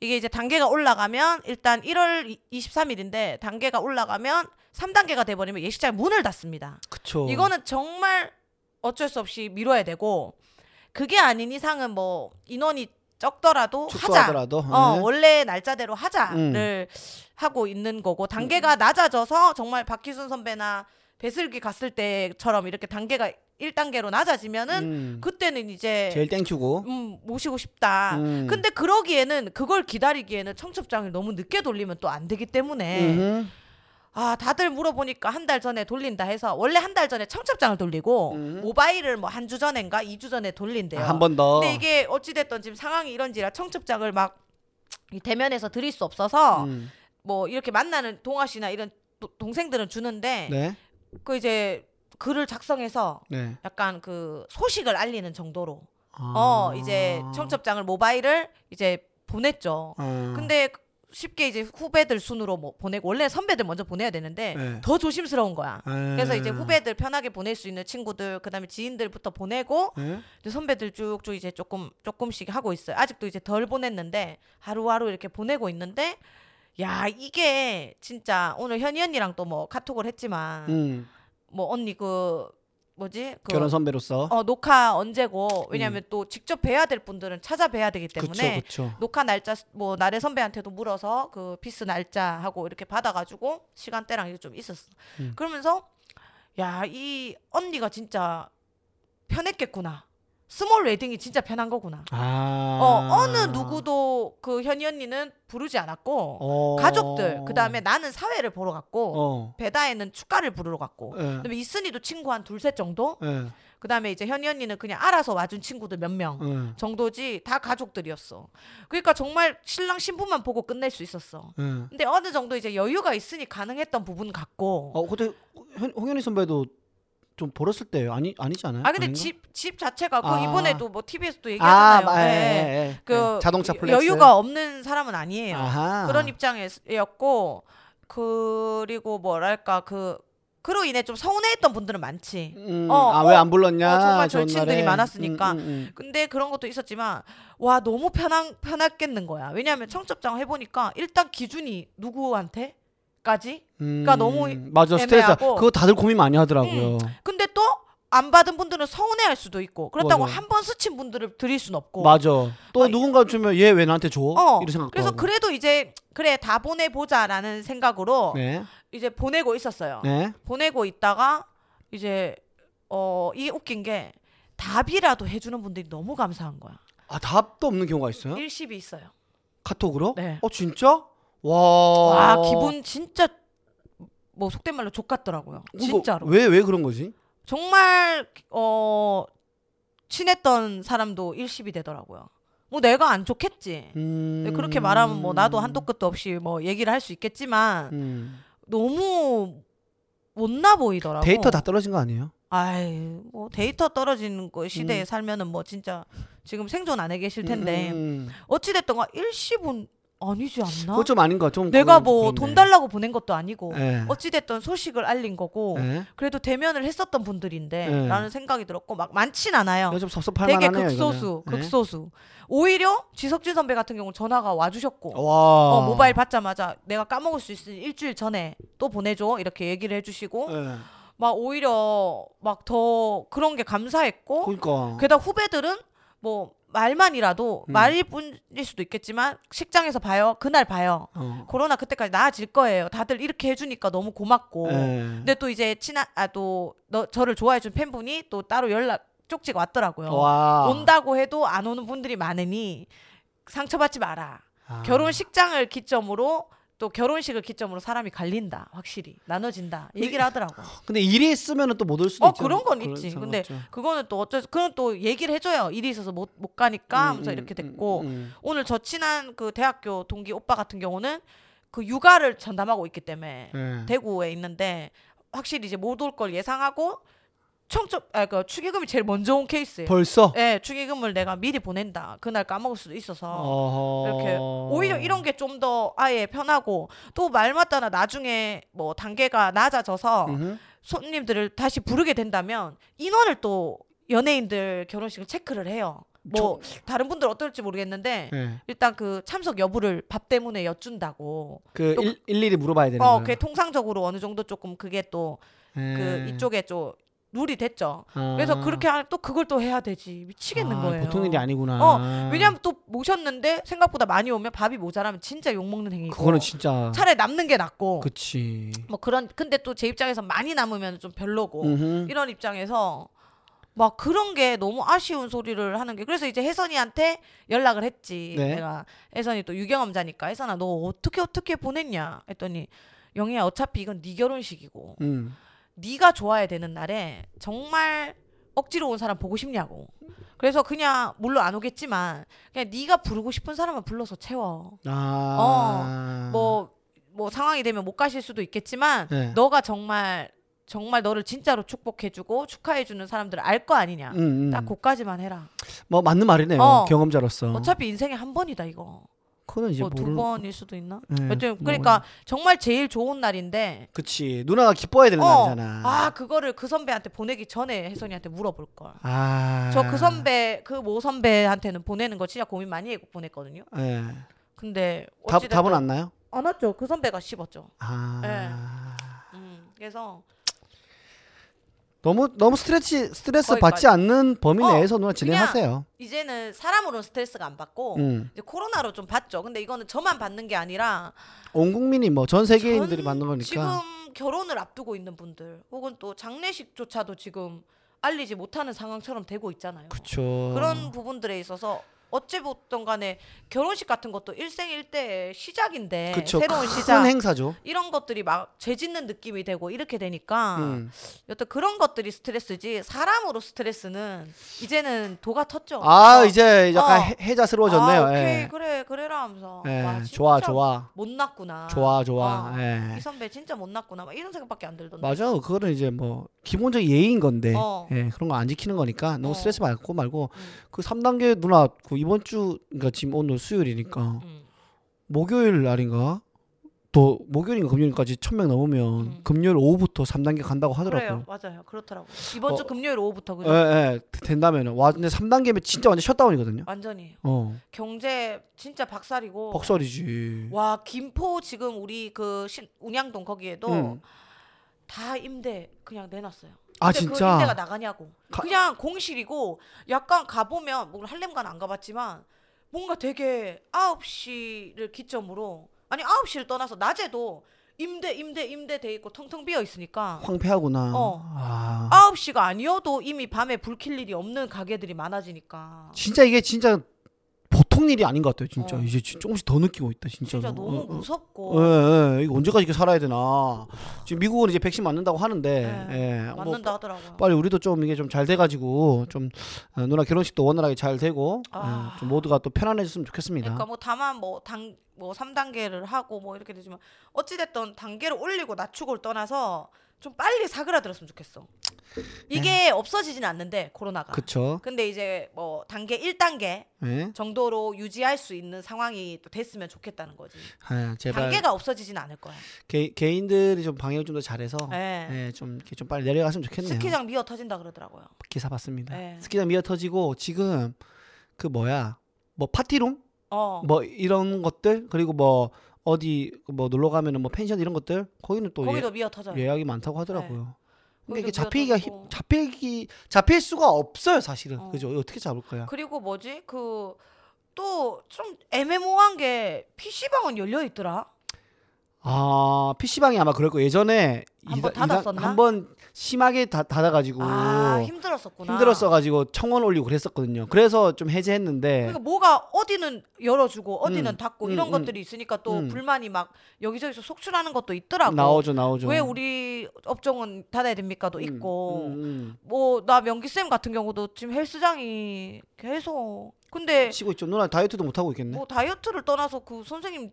Speaker 2: 이게 이제 단계가 올라가면 일단 1월 23일인데 단계가 올라가면 3단계가 돼 버리면 예식장 문을 닫습니다.
Speaker 1: 그쵸.
Speaker 2: 이거는 정말 어쩔 수 없이 미뤄야 되고 그게 아닌 이상은 뭐 인원이 적더라도 하자.
Speaker 1: 축소하더라도.
Speaker 2: 어,
Speaker 1: 예.
Speaker 2: 원래 날짜대로
Speaker 1: 음.
Speaker 2: 하자를 하고 있는 거고 단계가 낮아져서 정말 박희순 선배나 배슬기 갔을 때처럼 이렇게 단계가 1단계로 낮아지면은
Speaker 1: 음.
Speaker 2: 그때는 이제
Speaker 1: 제일 땡큐고.
Speaker 2: 네. 음, 모시고 싶다.
Speaker 1: 음.
Speaker 2: 근데 그러기에는 그걸 기다리기에는 청첩장을 너무 늦게 돌리면 또 안 되기 때문에
Speaker 1: 음흠.
Speaker 2: 아 다들 물어보니까 한 달 전에 돌린다 해서 원래 한 달 전에 청첩장을 돌리고 모바일을 뭐 한 주 전인가 이 주 전에 돌린대요.
Speaker 1: 음. 아, 한번 더.
Speaker 2: 근데 이게 어찌됐든 지금 상황이 이런지라 청첩장을 막 이 대면에서 드릴 수 없어서
Speaker 1: 음.
Speaker 2: 뭐 이렇게 만나는 동아 씨나 이런 도- 동생들은 주는데
Speaker 1: 네.
Speaker 2: 그 이제 글을 작성해서
Speaker 1: 네.
Speaker 2: 약간 그 소식을 알리는 정도로
Speaker 1: 아.
Speaker 2: 어 이제 청첩장을 모바일을 이제 보냈죠.
Speaker 1: 아.
Speaker 2: 근데 쉽게 이제 후배들 순으로 뭐 보내고 원래 선배들 먼저 보내야 되는데
Speaker 1: 네.
Speaker 2: 더 조심스러운 거야.
Speaker 1: 아.
Speaker 2: 그래서 이제 후배들 편하게 보낼 수 있는 친구들 그다음에 지인들부터 보내고
Speaker 1: 예?
Speaker 2: 이제 선배들 쭉쭉 이제 조금 조금씩 하고 있어요. 아직도 이제 덜 보냈는데 하루하루 이렇게 보내고 있는데 야 이게 진짜 오늘 현이 언니랑 또 뭐 카톡을 했지만
Speaker 1: 음.
Speaker 2: 뭐 언니 그 뭐지 그
Speaker 1: 결혼 선배로서.
Speaker 2: 어 녹화 언제고 왜냐하면 또 직접 뵈야 될 분들은 찾아뵈야 되기 때문에
Speaker 1: 그쵸, 그쵸.
Speaker 2: 녹화 날짜 뭐 나래 선배한테도 물어서 그 피스 날짜 하고 이렇게 받아가지고 시간대랑 이게 좀 있었어.
Speaker 1: 음.
Speaker 2: 그러면서 야 이 언니가 진짜 편했겠구나. 스몰 웨딩이 진짜 편한 거구나.
Speaker 1: 아.
Speaker 2: 어 어느 누구도 그 현이 언니는 부르지 않았고
Speaker 1: 어.
Speaker 2: 가족들 그 다음에 나는 사회를 보러 갔고
Speaker 1: 어.
Speaker 2: 배다에는 축가를 부르러 갔고
Speaker 1: 예.
Speaker 2: 그다음에 이순이도 친구 한 둘셋 정도
Speaker 1: 예.
Speaker 2: 그다음에 이제 현이 언니는 그냥 알아서 와준 친구들 몇명
Speaker 1: 예.
Speaker 2: 정도지 다 가족들이었어. 그러니까 정말 신랑 신부만 보고 끝낼 수 있었어.
Speaker 1: 예.
Speaker 2: 근데 어느 정도 이제 여유가 있으니 가능했던 부분 같고
Speaker 1: 어, 근데 홍- 홍현희 선배도 좀 벌었을 때 아니 아니지 않아요?
Speaker 2: 아 근데
Speaker 1: 아닌가?
Speaker 2: 집 집 자체가 그
Speaker 1: 아.
Speaker 2: 이번에도 뭐 TV에서도
Speaker 1: 아,
Speaker 2: 얘기하잖아요.
Speaker 1: 마- 예,
Speaker 2: 네.
Speaker 1: 예, 예.
Speaker 2: 그
Speaker 1: 예. 자동차
Speaker 2: 여-
Speaker 1: 플렉스
Speaker 2: 여유가 없는 사람은 아니에요.
Speaker 1: 아하.
Speaker 2: 그런 입장이었고 그리고 뭐랄까 그 그로 인해 좀 서운해했던 분들은 많지.
Speaker 1: 음,
Speaker 2: 어,
Speaker 1: 아왜
Speaker 2: 어,
Speaker 1: 안 불렀냐?
Speaker 2: 어, 정말
Speaker 1: 좋은
Speaker 2: 절친들이
Speaker 1: 날에.
Speaker 2: 많았으니까.
Speaker 1: 음, 음, 음.
Speaker 2: 근데 그런 것도 있었지만 와 너무 편한 편했겠는 거야. 왜냐하면 청첩장 해보니까 일단 기준이 누구한테까지. 그러니까
Speaker 1: 음,
Speaker 2: 너무
Speaker 1: 맞아 스트레스
Speaker 2: 애매하고. 네.
Speaker 1: 그거 다들 고민 많이 하더라고요.
Speaker 2: 근데 또 안 받은 분들은 서운해할 수도 있고 그렇다고
Speaker 1: 맞아.
Speaker 2: 한 번 스친 분들을 드릴 순 없고.
Speaker 1: 맞아. 또
Speaker 2: 아,
Speaker 1: 누군가 주면 얘 왜 나한테 줘?
Speaker 2: 어,
Speaker 1: 이런 생각도
Speaker 2: 그래서
Speaker 1: 하고.
Speaker 2: 그래도 이제 그래 다 보내보자라는 생각으로
Speaker 1: 네.
Speaker 2: 이제 보내고 있었어요.
Speaker 1: 네.
Speaker 2: 보내고 있다가 이제 어 이 웃긴 게 답이라도 해주는 분들이 너무 감사한 거야.
Speaker 1: 아 답도 없는 경우가 있어요?
Speaker 2: 일십이 있어요.
Speaker 1: 카톡으로?
Speaker 2: 네.
Speaker 1: 어 진짜? 와.
Speaker 2: 와 기분 진짜 뭐 속된 말로 족같더라고요. 진짜로.
Speaker 1: 뭐 왜왜 그런 거지?
Speaker 2: 정말 어 친했던 사람도 일십이 되더라고요. 뭐 내가 안 좋겠지.
Speaker 1: 음.
Speaker 2: 근데 그렇게 말하면 뭐 나도 한도 끝도 없이 뭐 얘기를 할 수 있겠지만
Speaker 1: 음.
Speaker 2: 너무 못나 보이더라고.
Speaker 1: 데이터 다 떨어진 거 아니에요?
Speaker 2: 아이 뭐 데이터 떨어지는 거 시대에 살면은 뭐 진짜 지금 생존 안 해 계실 텐데
Speaker 1: 음, 음, 음.
Speaker 2: 어찌 됐든 가 일시분 아니지 않나?
Speaker 1: 그거 좀 아닌 거 좀.
Speaker 2: 어? 내가
Speaker 1: 그건
Speaker 2: 뭐
Speaker 1: 그렇네.
Speaker 2: 돈 달라고 보낸 것도 아니고
Speaker 1: 예.
Speaker 2: 어찌 됐든 소식을 알린 거고
Speaker 1: 예.
Speaker 2: 그래도 대면을 했었던 분들인데
Speaker 1: 네.
Speaker 2: 라는 생각이 들었고 막 많진 않아요.
Speaker 1: 이거 좀 섭섭할
Speaker 2: 되게
Speaker 1: 만하네요.
Speaker 2: 극소수,
Speaker 1: 이거는. 예.
Speaker 2: 극소수. 오히려 지석진 선배 같은 경우 는 전화가 와주셨고
Speaker 1: 와.
Speaker 2: 어, 모바일 받자마자 내가 까먹을 수 있으니 일주일 전에 또 보내줘 이렇게 얘기를 해주시고
Speaker 1: 예.
Speaker 2: 막 오히려 막 더 그런 게 감사했고
Speaker 1: 그러니까.
Speaker 2: 게다가 후배들은 뭐 말만이라도
Speaker 1: 음.
Speaker 2: 말일 뿐일 수도 있겠지만 식장에서 봐요 그날 봐요
Speaker 1: 어.
Speaker 2: 코로나 그때까지 나아질 거예요 다들 이렇게 해주니까 너무 고맙고
Speaker 1: 예.
Speaker 2: 근데 또 이제 친한 아또 저를 좋아해준 팬분이 또 따로 연락 쪽지가 왔더라고요
Speaker 1: 와.
Speaker 2: 어, 온다고 해도 안 오는 분들이 많으니 상처받지 마라
Speaker 1: 아.
Speaker 2: 결혼식장을 기점으로 또 결혼식을 기점으로 사람이 갈린다 확실히 나눠진다 얘기를 하더라고
Speaker 1: 근데 일이 있으면은 또 못 올 수도
Speaker 2: 어,
Speaker 1: 있죠.
Speaker 2: 그런 건 있지. 근데
Speaker 1: 상관없죠.
Speaker 2: 그거는 또 어쩔 수 그건 또 얘기를 해줘요 일이 있어서 못 못 가니까
Speaker 1: 음,
Speaker 2: 하면서
Speaker 1: 음,
Speaker 2: 이렇게
Speaker 1: 음,
Speaker 2: 됐고
Speaker 1: 음, 음.
Speaker 2: 오늘 저 친한 그 대학교 동기 오빠 같은 경우는 그 육아를 전담하고 있기 때문에
Speaker 1: 예.
Speaker 2: 대구에 있는데 확실히 이제 못 올 걸 예상하고 청첩 아그 축의금이 제일 먼저 온 케이스예요.
Speaker 1: 벌써.
Speaker 2: 예, 축의금을 내가 미리 보낸다. 그날 까먹을 수도 있어서
Speaker 1: 어허.
Speaker 2: 이렇게 오히려 이런 게 좀 더 아예 편하고 또 말 맞다나 나중에 뭐 단계가 낮아져서
Speaker 1: 음흠.
Speaker 2: 손님들을 다시 부르게 된다면 인원을 또 연예인들 결혼식을 체크를 해요. 뭐 다른 분들 어떨지 모르겠는데
Speaker 1: 예.
Speaker 2: 일단 그 참석 여부를 밥 때문에 여쭌다고.
Speaker 1: 그
Speaker 2: 또-
Speaker 1: 일, 일일이 물어봐야 되는
Speaker 2: 어,
Speaker 1: 거예요.
Speaker 2: 그게 통상적으로 어느 정도 조금 그게 또 그
Speaker 1: 예.
Speaker 2: 이쪽에 좀 룰이 됐죠.
Speaker 1: 아.
Speaker 2: 그래서 그렇게 하면 또 그걸 또 해야 되지 미치겠는
Speaker 1: 아,
Speaker 2: 거예요.
Speaker 1: 보통 일이 아니구나.
Speaker 2: 어, 왜냐하면 또 모셨는데 생각보다 많이 오면 밥이 모자라면 진짜 욕 먹는 행위고.
Speaker 1: 그거는 진짜.
Speaker 2: 차라리 남는 게 낫고.
Speaker 1: 그치.
Speaker 2: 뭐 그런 근데 또 제 입장에서 많이 남으면 좀 별로고.
Speaker 1: 음흠.
Speaker 2: 뭐 이런 입장에서 막 그런 게 너무 아쉬운 소리를 하는 게 그래서 이제 혜선이한테 연락을 했지
Speaker 1: 네.
Speaker 2: 내가 혜선이 또 유경험자니까 혜선아 너 어떻게 어떻게 보냈냐 했더니 영희야 어차피 이건 네 결혼식이고
Speaker 1: 음.
Speaker 2: 네가 좋아야 되는 날에 정말 억지로 온 사람 보고 싶냐고 그래서 그냥 물론 안 오겠지만 그냥 네가 부르고 싶은 사람만 불러서 채워
Speaker 1: 아.
Speaker 2: 뭐, 뭐 상황이 되면 못 가실 수도 있겠지만
Speaker 1: 네.
Speaker 2: 너가 정말 정말 너를 진짜로 축복해주고 축하해주는 사람들을 알 거 아니냐.
Speaker 1: 음, 음.
Speaker 2: 딱 그까지만 해라.
Speaker 1: 뭐 맞는 말이네요.
Speaker 2: 어.
Speaker 1: 경험자로서.
Speaker 2: 어차피 인생에 한 번이다 이거.
Speaker 1: 그거는 이제
Speaker 2: 뭐 두
Speaker 1: 모르는-
Speaker 2: 번일 수도 있나?
Speaker 1: 예,
Speaker 2: 여튼
Speaker 1: 뭐-
Speaker 2: 그러니까 정말 제일 좋은 날인데.
Speaker 1: 그치 누나가 기뻐해야 되는
Speaker 2: 어,
Speaker 1: 날이잖아.
Speaker 2: 아 그거를 그 선배한테 보내기 전에 혜선이한테 물어볼 걸.
Speaker 1: 아.
Speaker 2: 저 그 선배 그 모 선배한테는 보내는 거 진짜 고민 많이 하고 보냈거든요.
Speaker 1: 예.
Speaker 2: 근데
Speaker 1: 답
Speaker 2: 어찌됐든
Speaker 1: 답은 안 나요?
Speaker 2: 안 왔죠. 그 선배가 씹었죠.
Speaker 1: 아.
Speaker 2: 음, 그래서
Speaker 1: 너무 너무 스트레스 스트레스
Speaker 2: 거기까지.
Speaker 1: 받지 않는 범위
Speaker 2: 어,
Speaker 1: 내에서 누나 진행하세요.
Speaker 2: 이제는 사람으로 스트레스가 안 받고
Speaker 1: 음.
Speaker 2: 이제 코로나로 좀 받죠. 근데 이거는 저만 받는 게 아니라
Speaker 1: 온 국민이 뭐 전 세계인들이
Speaker 2: 전
Speaker 1: 받는 거니까.
Speaker 2: 지금 결혼을 앞두고 있는 분들 혹은 또 장례식조차도 지금 알리지 못하는 상황처럼 되고 있잖아요.
Speaker 1: 그쵸.
Speaker 2: 런 부분들에 있어서 어찌 보든 간에 결혼식 같은 것도 일생일대의 시작인데
Speaker 1: 그쵸.
Speaker 2: 네, 새로운
Speaker 1: 큰
Speaker 2: 시작
Speaker 1: 행사죠.
Speaker 2: 이런 것들이 막 죄짓는 느낌이 되고 이렇게 되니까
Speaker 1: 음.
Speaker 2: 여튼 그런 것들이 스트레스지 사람으로 스트레스는 이제는 도가 텄죠.
Speaker 1: 아
Speaker 2: 어.
Speaker 1: 이제 약간
Speaker 2: 어.
Speaker 1: 해- 해자스러워졌네요.
Speaker 2: 아, 오케이
Speaker 1: 예.
Speaker 2: 그래 그래라 하면서
Speaker 1: 예.
Speaker 2: 와, 진짜
Speaker 1: 좋아 좋아
Speaker 2: 못났구나.
Speaker 1: 좋아 좋아.
Speaker 2: 어.
Speaker 1: 예.
Speaker 2: 이 선배 진짜 못났구나. 막 이런 생각밖에 안 들던데.
Speaker 1: 맞아. 그거는 이제 뭐 기본적 예의인 건데
Speaker 2: 어.
Speaker 1: 예, 그런 거 안 지키는 거니까 너무
Speaker 2: 어.
Speaker 1: 스트레스 받고 말고
Speaker 2: 음.
Speaker 1: 그 3단계 누나 그 이번 주 그러니까 지금 오늘 수요일이니까
Speaker 2: 음.
Speaker 1: 목요일 날인가 또 목요일인가 금요일까지 1000명 넘으면
Speaker 2: 음.
Speaker 1: 금요일 오후부터 3단계 간다고
Speaker 2: 그래요,
Speaker 1: 하더라고요.
Speaker 2: 맞아요. 그렇더라고. 이번
Speaker 1: 어.
Speaker 2: 주 금요일 오후부터
Speaker 1: 예,
Speaker 2: 그죠?
Speaker 1: 예. 된다면 와 근데 3단계면 진짜 완전 셧다운이거든요.
Speaker 2: 완전히
Speaker 1: 어.
Speaker 2: 경제 진짜 박살이고.
Speaker 1: 폭설이지.
Speaker 2: 와 김포 지금 우리 그 신, 운양동 거기에도
Speaker 1: 음.
Speaker 2: 다 임대 그냥 내놨어요.
Speaker 1: 아
Speaker 2: 근데 그 임대가
Speaker 1: 진짜.
Speaker 2: 나가냐고.
Speaker 1: 가-
Speaker 2: 그냥 공실이고 약간 가보면 물론 할렘가는 안 가봤지만 뭔가 되게 9시를 기점으로 아니 9시를 떠나서 낮에도 임대 임대 임대 돼 있고 텅텅 비어 있으니까
Speaker 1: 황폐하구나.
Speaker 2: 어.
Speaker 1: 아.
Speaker 2: 9시가 아니어도 이미 밤에 불 킬 일이 없는 가게들이 많아지니까
Speaker 1: 진짜 이게 진짜 보통 일이 아닌 것 같아요. 진짜
Speaker 2: 어.
Speaker 1: 이제 지- 조금씩 더 느끼고 있다. 진짜로.
Speaker 2: 진짜
Speaker 1: 어,
Speaker 2: 너무
Speaker 1: 어.
Speaker 2: 무섭고
Speaker 1: 예, 예. 이거 언제까지 이렇게 살아야 되나. 지금 미국은 이제 백신 맞는다고 하는데,
Speaker 2: 예,
Speaker 1: 예, 뭐
Speaker 2: 맞는다 하더라고요.
Speaker 1: 빨리 우리도 좀 이게 좀 잘 돼가지고 좀 어, 누나 결혼식도 원활하게 잘 되고
Speaker 2: 아.
Speaker 1: 예, 좀 모두가 또 편안해졌으면 좋겠습니다.
Speaker 2: 그러니까 뭐 다만 뭐당뭐 3단계를 하고 뭐 이렇게 되지만 어찌 됐든 단계를 올리고 낮추고를 떠나서 좀 빨리 사그라들었으면 좋겠어. 이게 없어지진 않는데 코로나가.
Speaker 1: 네. 그쵸?
Speaker 2: 근데 이제 뭐 단계 1단계
Speaker 1: 예,
Speaker 2: 정도로 유지할 수 있는 상황이 또 됐으면 좋겠다는 거지.
Speaker 1: 아, 제발
Speaker 2: 단계가 없어지진 않을 거야.
Speaker 1: 개, 개인들이 좀 방역 좀 더 잘해서
Speaker 2: 예.
Speaker 1: 예, 좀 이렇게 좀 빨리 내려갔으면 좋겠네요.
Speaker 2: 스키장 미어 터진다 그러더라고요.
Speaker 1: 기사 봤습니다.
Speaker 2: 예.
Speaker 1: 스키장 미어 터지고 지금 그 뭐야 뭐 파티룸
Speaker 2: 어.
Speaker 1: 뭐 이런 것들 그리고 뭐 어디 뭐 놀러 가면은 뭐 펜션 이런 것들 거기는 또
Speaker 2: 거기도 미어 터져요. 네.
Speaker 1: 예, 약이 많다고 하더라고요. 근데
Speaker 2: 거기도
Speaker 1: 이게 잡히기가 힘-
Speaker 2: 미어터지고.
Speaker 1: 잡히기 잡힐 수가 없어요 사실은
Speaker 2: 어.
Speaker 1: 그죠 어떻게 잡을 거야?
Speaker 2: 그리고 뭐지? 그 또 좀 애매모호한 게 PC방은 열려 있더라.
Speaker 1: 아 PC 방이 아마 그럴 거 예전에
Speaker 2: 어. 한번 닫았었나?
Speaker 1: 한번 심하게 다, 닫아가지고
Speaker 2: 아, 힘들었었구나.
Speaker 1: 힘들었어가지고 청원 올리고 그랬었거든요. 그래서 좀 해제했는데
Speaker 2: 그러니까 뭐가 어디는 열어주고 어디는
Speaker 1: 네. 음,
Speaker 2: 닫고
Speaker 1: 음,
Speaker 2: 이런
Speaker 1: 음.
Speaker 2: 것들이 있으니까 또
Speaker 1: 음.
Speaker 2: 불만이 막 여기저기서 속출하는 것도 있더라고.
Speaker 1: 나오죠 나오죠.
Speaker 2: 왜 우리 업종은 닫아야 됩니까도
Speaker 1: 음,
Speaker 2: 있고
Speaker 1: 음,
Speaker 2: 뭐 나 명기 쌤 같은 경우도 지금 헬스장이 계속
Speaker 1: 음.
Speaker 2: 근데
Speaker 1: 쉬고 있죠 누나 다이어트도 못 하고 있겠네.
Speaker 2: 네. 뭐 다이어트를 떠나서 그 선생님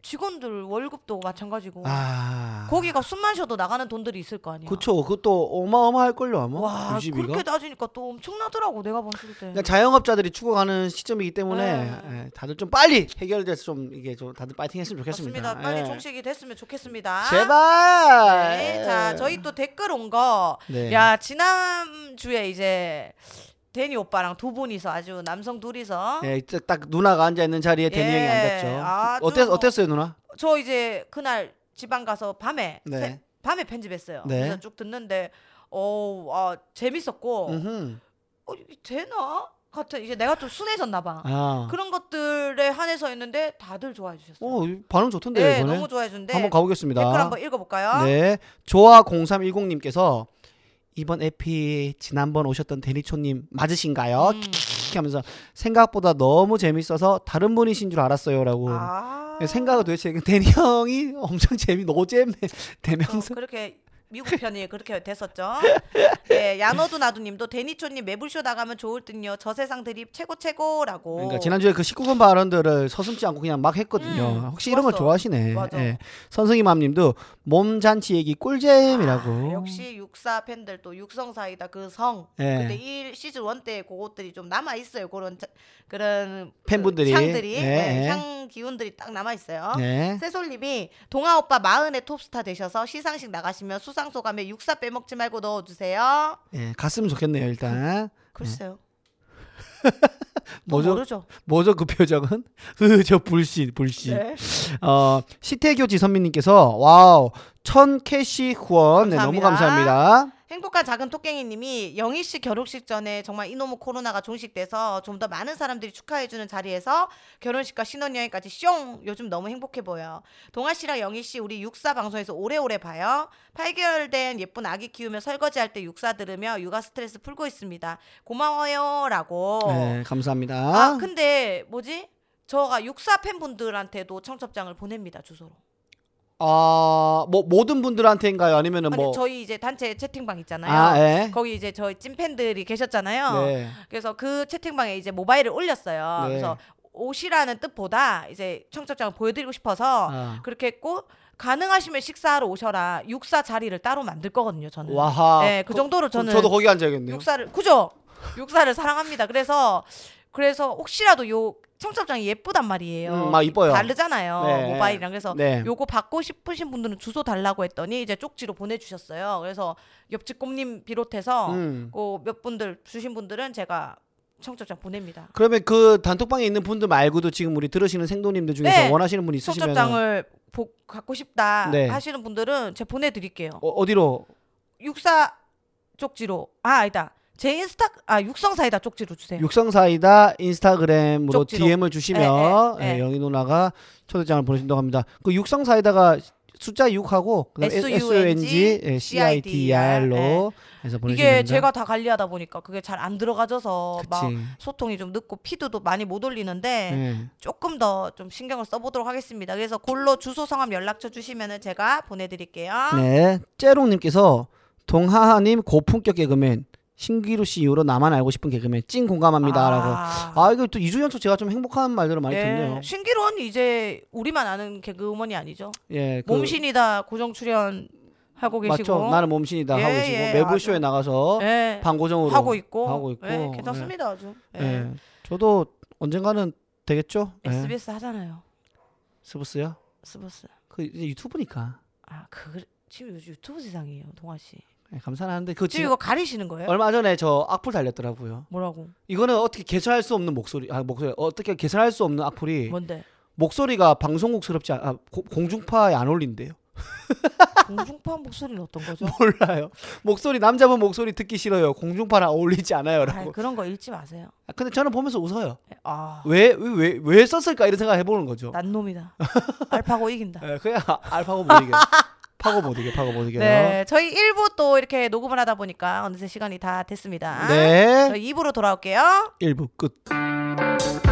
Speaker 2: 직원들 월급도 마찬가지고
Speaker 1: 아
Speaker 2: 거기가 숨만 쉬어도 나가는 돈들이 있을 거 아니야.
Speaker 1: 그쵸 뭐, 그것도 어마어마할 걸요 아마
Speaker 2: 와
Speaker 1: 유지비가.
Speaker 2: 그렇게 따지니까 또 엄청나더라고 내가 봤을 때.
Speaker 1: 그러니까 자영업자들이 추구하는 시점이기 때문에
Speaker 2: 네.
Speaker 1: 예, 다들 좀 빨리 해결돼서 좀 이게 좀 다들 파이팅했으면 좋겠습니다.
Speaker 2: 맞습니다. 빨리
Speaker 1: 예.
Speaker 2: 종식이 됐으면 좋겠습니다.
Speaker 1: 제발.
Speaker 2: 네, 자 저희 또 댓글 온 거.
Speaker 1: 네.
Speaker 2: 야 지난 주에 이제 데니 오빠랑 두 분이서 아주 남성 둘이서
Speaker 1: 예, 이제 딱 누나가 앉아 있는 자리에 대니
Speaker 2: 예,
Speaker 1: 형이 앉았죠.
Speaker 2: 아주
Speaker 1: 어땠
Speaker 2: 뭐-
Speaker 1: 어땠어요 누나?
Speaker 2: 저 이제 그날 지방 가서 밤에
Speaker 1: 네.
Speaker 2: 세- 밤에 편집했어요.
Speaker 1: 네.
Speaker 2: 그래서 쭉 듣는데 어우 아, 재밌었고
Speaker 1: 음흠.
Speaker 2: 어, 이게 되나 같은 이제 내가 좀 순해졌나 봐.
Speaker 1: 아.
Speaker 2: 그런 것들에 한해서 있는데 다들 좋아해 주셨어요.
Speaker 1: 어 반응 좋던데요
Speaker 2: 네,
Speaker 1: 이번에.
Speaker 2: 너무 좋아해 준데
Speaker 1: 한번 가보겠습니다.
Speaker 2: 댓글 한번 읽어볼까요?
Speaker 1: 네, 조아 0310님께서 이번 에피 지난번 오셨던 대리초님 맞으신가요?
Speaker 2: 음.
Speaker 1: 이렇게 하면서 생각보다 너무 재밌어서 다른 분이신 줄 알았어요라고. 네,
Speaker 2: 아,
Speaker 1: 뭐. 생각은 도대체 대니 형이 엄청 재미 노잼
Speaker 2: 어,
Speaker 1: 대명사
Speaker 2: 그렇게 미국 편이 그렇게 됐었죠. 예, 야노두 나두님도 데니초님 매불쇼 나가면 좋을 듯요. 저 세상 드립 최고 최고라고.
Speaker 1: 그러니까 지난주에 그 19금 발언들을 서슴지 않고 그냥 막 했거든요.
Speaker 2: 음,
Speaker 1: 혹시 이런 걸
Speaker 2: 좋았어.
Speaker 1: 좋아하시네. 예.
Speaker 2: 맞아.
Speaker 1: 선생님맘님도 몸 잔치 얘기 꿀잼이라고.
Speaker 2: 아, 역시 육사 팬들 또 육성사이다 그 성.
Speaker 1: 예.
Speaker 2: 근데 이 시즌 원 때 그것들이 좀 남아 있어요. 그런 자- 그런 그
Speaker 1: 팬분들이.
Speaker 2: 향들이
Speaker 1: 예,
Speaker 2: 네,
Speaker 1: 예.
Speaker 2: 향 기운들이 딱 남아 있어요.
Speaker 1: 네.
Speaker 2: 새솔님이 동아 오빠 마흔에 톱스타 되셔서 시상식 나가시면 수상 소감에 육사 빼먹지 말고 넣어주세요.
Speaker 1: 예, 갔으면 좋겠네요 일단.
Speaker 2: 글쎄요.
Speaker 1: 뭐죠?
Speaker 2: 모르죠.
Speaker 1: 뭐죠 그 표정은? 으, 저 불신 불신.
Speaker 2: 네.
Speaker 1: 어 시태교 지선미님께서 와우 천 캐시 후원 네, 너무
Speaker 2: 감사합니다.
Speaker 1: 감사합니다.
Speaker 2: 행복한 작은 토깽이님이 영희 씨 결혼식 전에 정말 이놈의 코로나가 종식돼서 좀 더 많은 사람들이 축하해주는 자리에서 결혼식과 신혼여행까지 쇽 요즘 너무 행복해 보여. 동아 씨랑 영희 씨 우리 육사 방송에서 오래오래 봐요. 8개월 된 예쁜 아기 키우며 설거지할 때 육사 들으며 육아 스트레스 풀고 있습니다. 고마워요라고.
Speaker 1: 네 감사합니다.
Speaker 2: 어. 아 근데 뭐지? 저가 육사 팬분들한테도 청첩장을 보냅니다 주소로.
Speaker 1: 뭐. 아, 뭐 모든 분들한테인가요? 아니면은
Speaker 2: 아니
Speaker 1: 뭐
Speaker 2: 저희 이제 단체 채팅방 있잖아요.
Speaker 1: 아, 예.
Speaker 2: 거기 이제 저희 찐팬들이 계셨잖아요.
Speaker 1: 네.
Speaker 2: 그래서 그 채팅방에 이제 모바일을 올렸어요.
Speaker 1: 네.
Speaker 2: 그래서 옷이라는 뜻보다 이제 청첩장을 보여드리고 싶어서
Speaker 1: 아.
Speaker 2: 그렇게 했고 가능하시면 식사하러 오셔라. 육사 자리를 따로 만들 거거든요. 저는.
Speaker 1: 와하.
Speaker 2: 네, 그
Speaker 1: 거-
Speaker 2: 정도로
Speaker 1: 거-
Speaker 2: 저는
Speaker 1: 저도 거기 앉아야겠네요.
Speaker 2: 육사를 그죠? 육사를 사랑합니다. 그래서 그래서 혹시라도 요 청첩장이 예쁘단 말이에요.
Speaker 1: 음, 막 이뻐요.
Speaker 2: 다르잖아요.
Speaker 1: 네.
Speaker 2: 모바일이랑 그래서
Speaker 1: 네.
Speaker 2: 요거 받고 싶으신 분들은 주소 달라고 했더니 이제 쪽지로 보내주셨어요. 그래서 옆집 꼼님 비롯해서
Speaker 1: 음.
Speaker 2: 그몇 분들 주신 분들은 제가 청첩장 보냅니다.
Speaker 1: 그러면 그 단톡방에 있는 분들 말고도 지금 우리 들으시는 생도님들 중에서
Speaker 2: 네.
Speaker 1: 원하시는 분 있으시면
Speaker 2: 청첩장을 보- 갖고 싶다
Speaker 1: 네.
Speaker 2: 하시는 분들은 제가 보내드릴게요.
Speaker 1: 어, 어디로
Speaker 2: 육사 쪽지로 아 아니다 제 인스타 아 육성사이다 쪽지로 주세요.
Speaker 1: 육성사이다 인스타그램으로
Speaker 2: 네. 쪽지로.
Speaker 1: DM을 주시면
Speaker 2: 예, 예, 예.
Speaker 1: 예, 영희 누나가 초대장을 보내준다고 합니다. 그 육성사이다가 숫자 6하고 그다음에 S U N G 예, C I D R로 해서 보내주시면
Speaker 2: E 이게 제가 다 관리하다 보니까 그게 잘 안 들어가져서 막
Speaker 1: 그치.
Speaker 2: 소통이 좀 늦고 피드도 많이 못 올리는데
Speaker 1: 예.
Speaker 2: 조금 더 좀 신경을 써보도록 하겠습니다. 그래서 골로 주소 성함 연락처 주시면은 제가 보내드릴게요.
Speaker 1: 네, 째롱님께서 동하하님 고품격 개그맨 신기루 씨 이후로 나만 알고 싶은 개그맨 찐 공감합니다라고.
Speaker 2: 아, 예.
Speaker 1: 아 이거 또 2주 연속 제가 좀 행복한 말들을 많이 듣네요.
Speaker 2: 신기론 이제 우리만 아는 개그우먼이 아니죠.
Speaker 1: 예, 그-
Speaker 2: 몸신이다 고정 출연 하고 계시고,
Speaker 1: 맞죠? 나는 몸신이다
Speaker 2: 예,
Speaker 1: 하고 계시고
Speaker 2: 예,
Speaker 1: 매불쇼에
Speaker 2: 아주-
Speaker 1: 나가서
Speaker 2: 예,
Speaker 1: 방고정으로
Speaker 2: 하고 있고,
Speaker 1: 하고 있고.
Speaker 2: 예, 괜찮습니다 아주.
Speaker 1: 예.
Speaker 2: 예.
Speaker 1: 예. 저도 언젠가는 되겠죠? 예.
Speaker 2: SBS 하잖아요.
Speaker 1: 스브스요?
Speaker 2: 스버스.
Speaker 1: 그 이제 유튜브니까.
Speaker 2: 아, 그 지금 요즘 유튜브 세상이에요, 동아 씨.
Speaker 1: 예, 감사하는데 그
Speaker 2: 지금
Speaker 1: 지금
Speaker 2: 이거 가리시는 거예요?
Speaker 1: 얼마 전에 저 악플 달렸더라고요.
Speaker 2: 뭐라고?
Speaker 1: 이거는 어떻게 계산할 수 없는 목소리, 아 목소리 어떻게 계산할 수 없는 악플이
Speaker 2: 뭔데?
Speaker 1: 목소리가 방송국스럽지 않, 아, 고- 공중파에 안 어울린대요.
Speaker 2: 공중파 목소리는 어떤 거죠?
Speaker 1: 몰라요. 목소리 남자분 목소리 듣기 싫어요. 공중파랑 어울리지
Speaker 2: 아,
Speaker 1: 않아요라고.
Speaker 2: 그런 거 읽지 마세요.
Speaker 1: 아, 근데 저는 보면서 웃어요.
Speaker 2: 아,
Speaker 1: 왜 왜 왜 왜, 왜 썼을까 이런 생각 해보는 거죠.
Speaker 2: 난 놈이다. 알파고 이긴다.
Speaker 1: 예, 그냥 아- 알파고 못 이겨. 파고 못 이겨. 파고 못 이겨.
Speaker 2: 네, 저희 1부 또 이렇게 녹음을 하다 보니까 어느새 시간이 다 됐습니다.
Speaker 1: 네.
Speaker 2: 저희 2부로 돌아올게요.
Speaker 1: 1부 끝.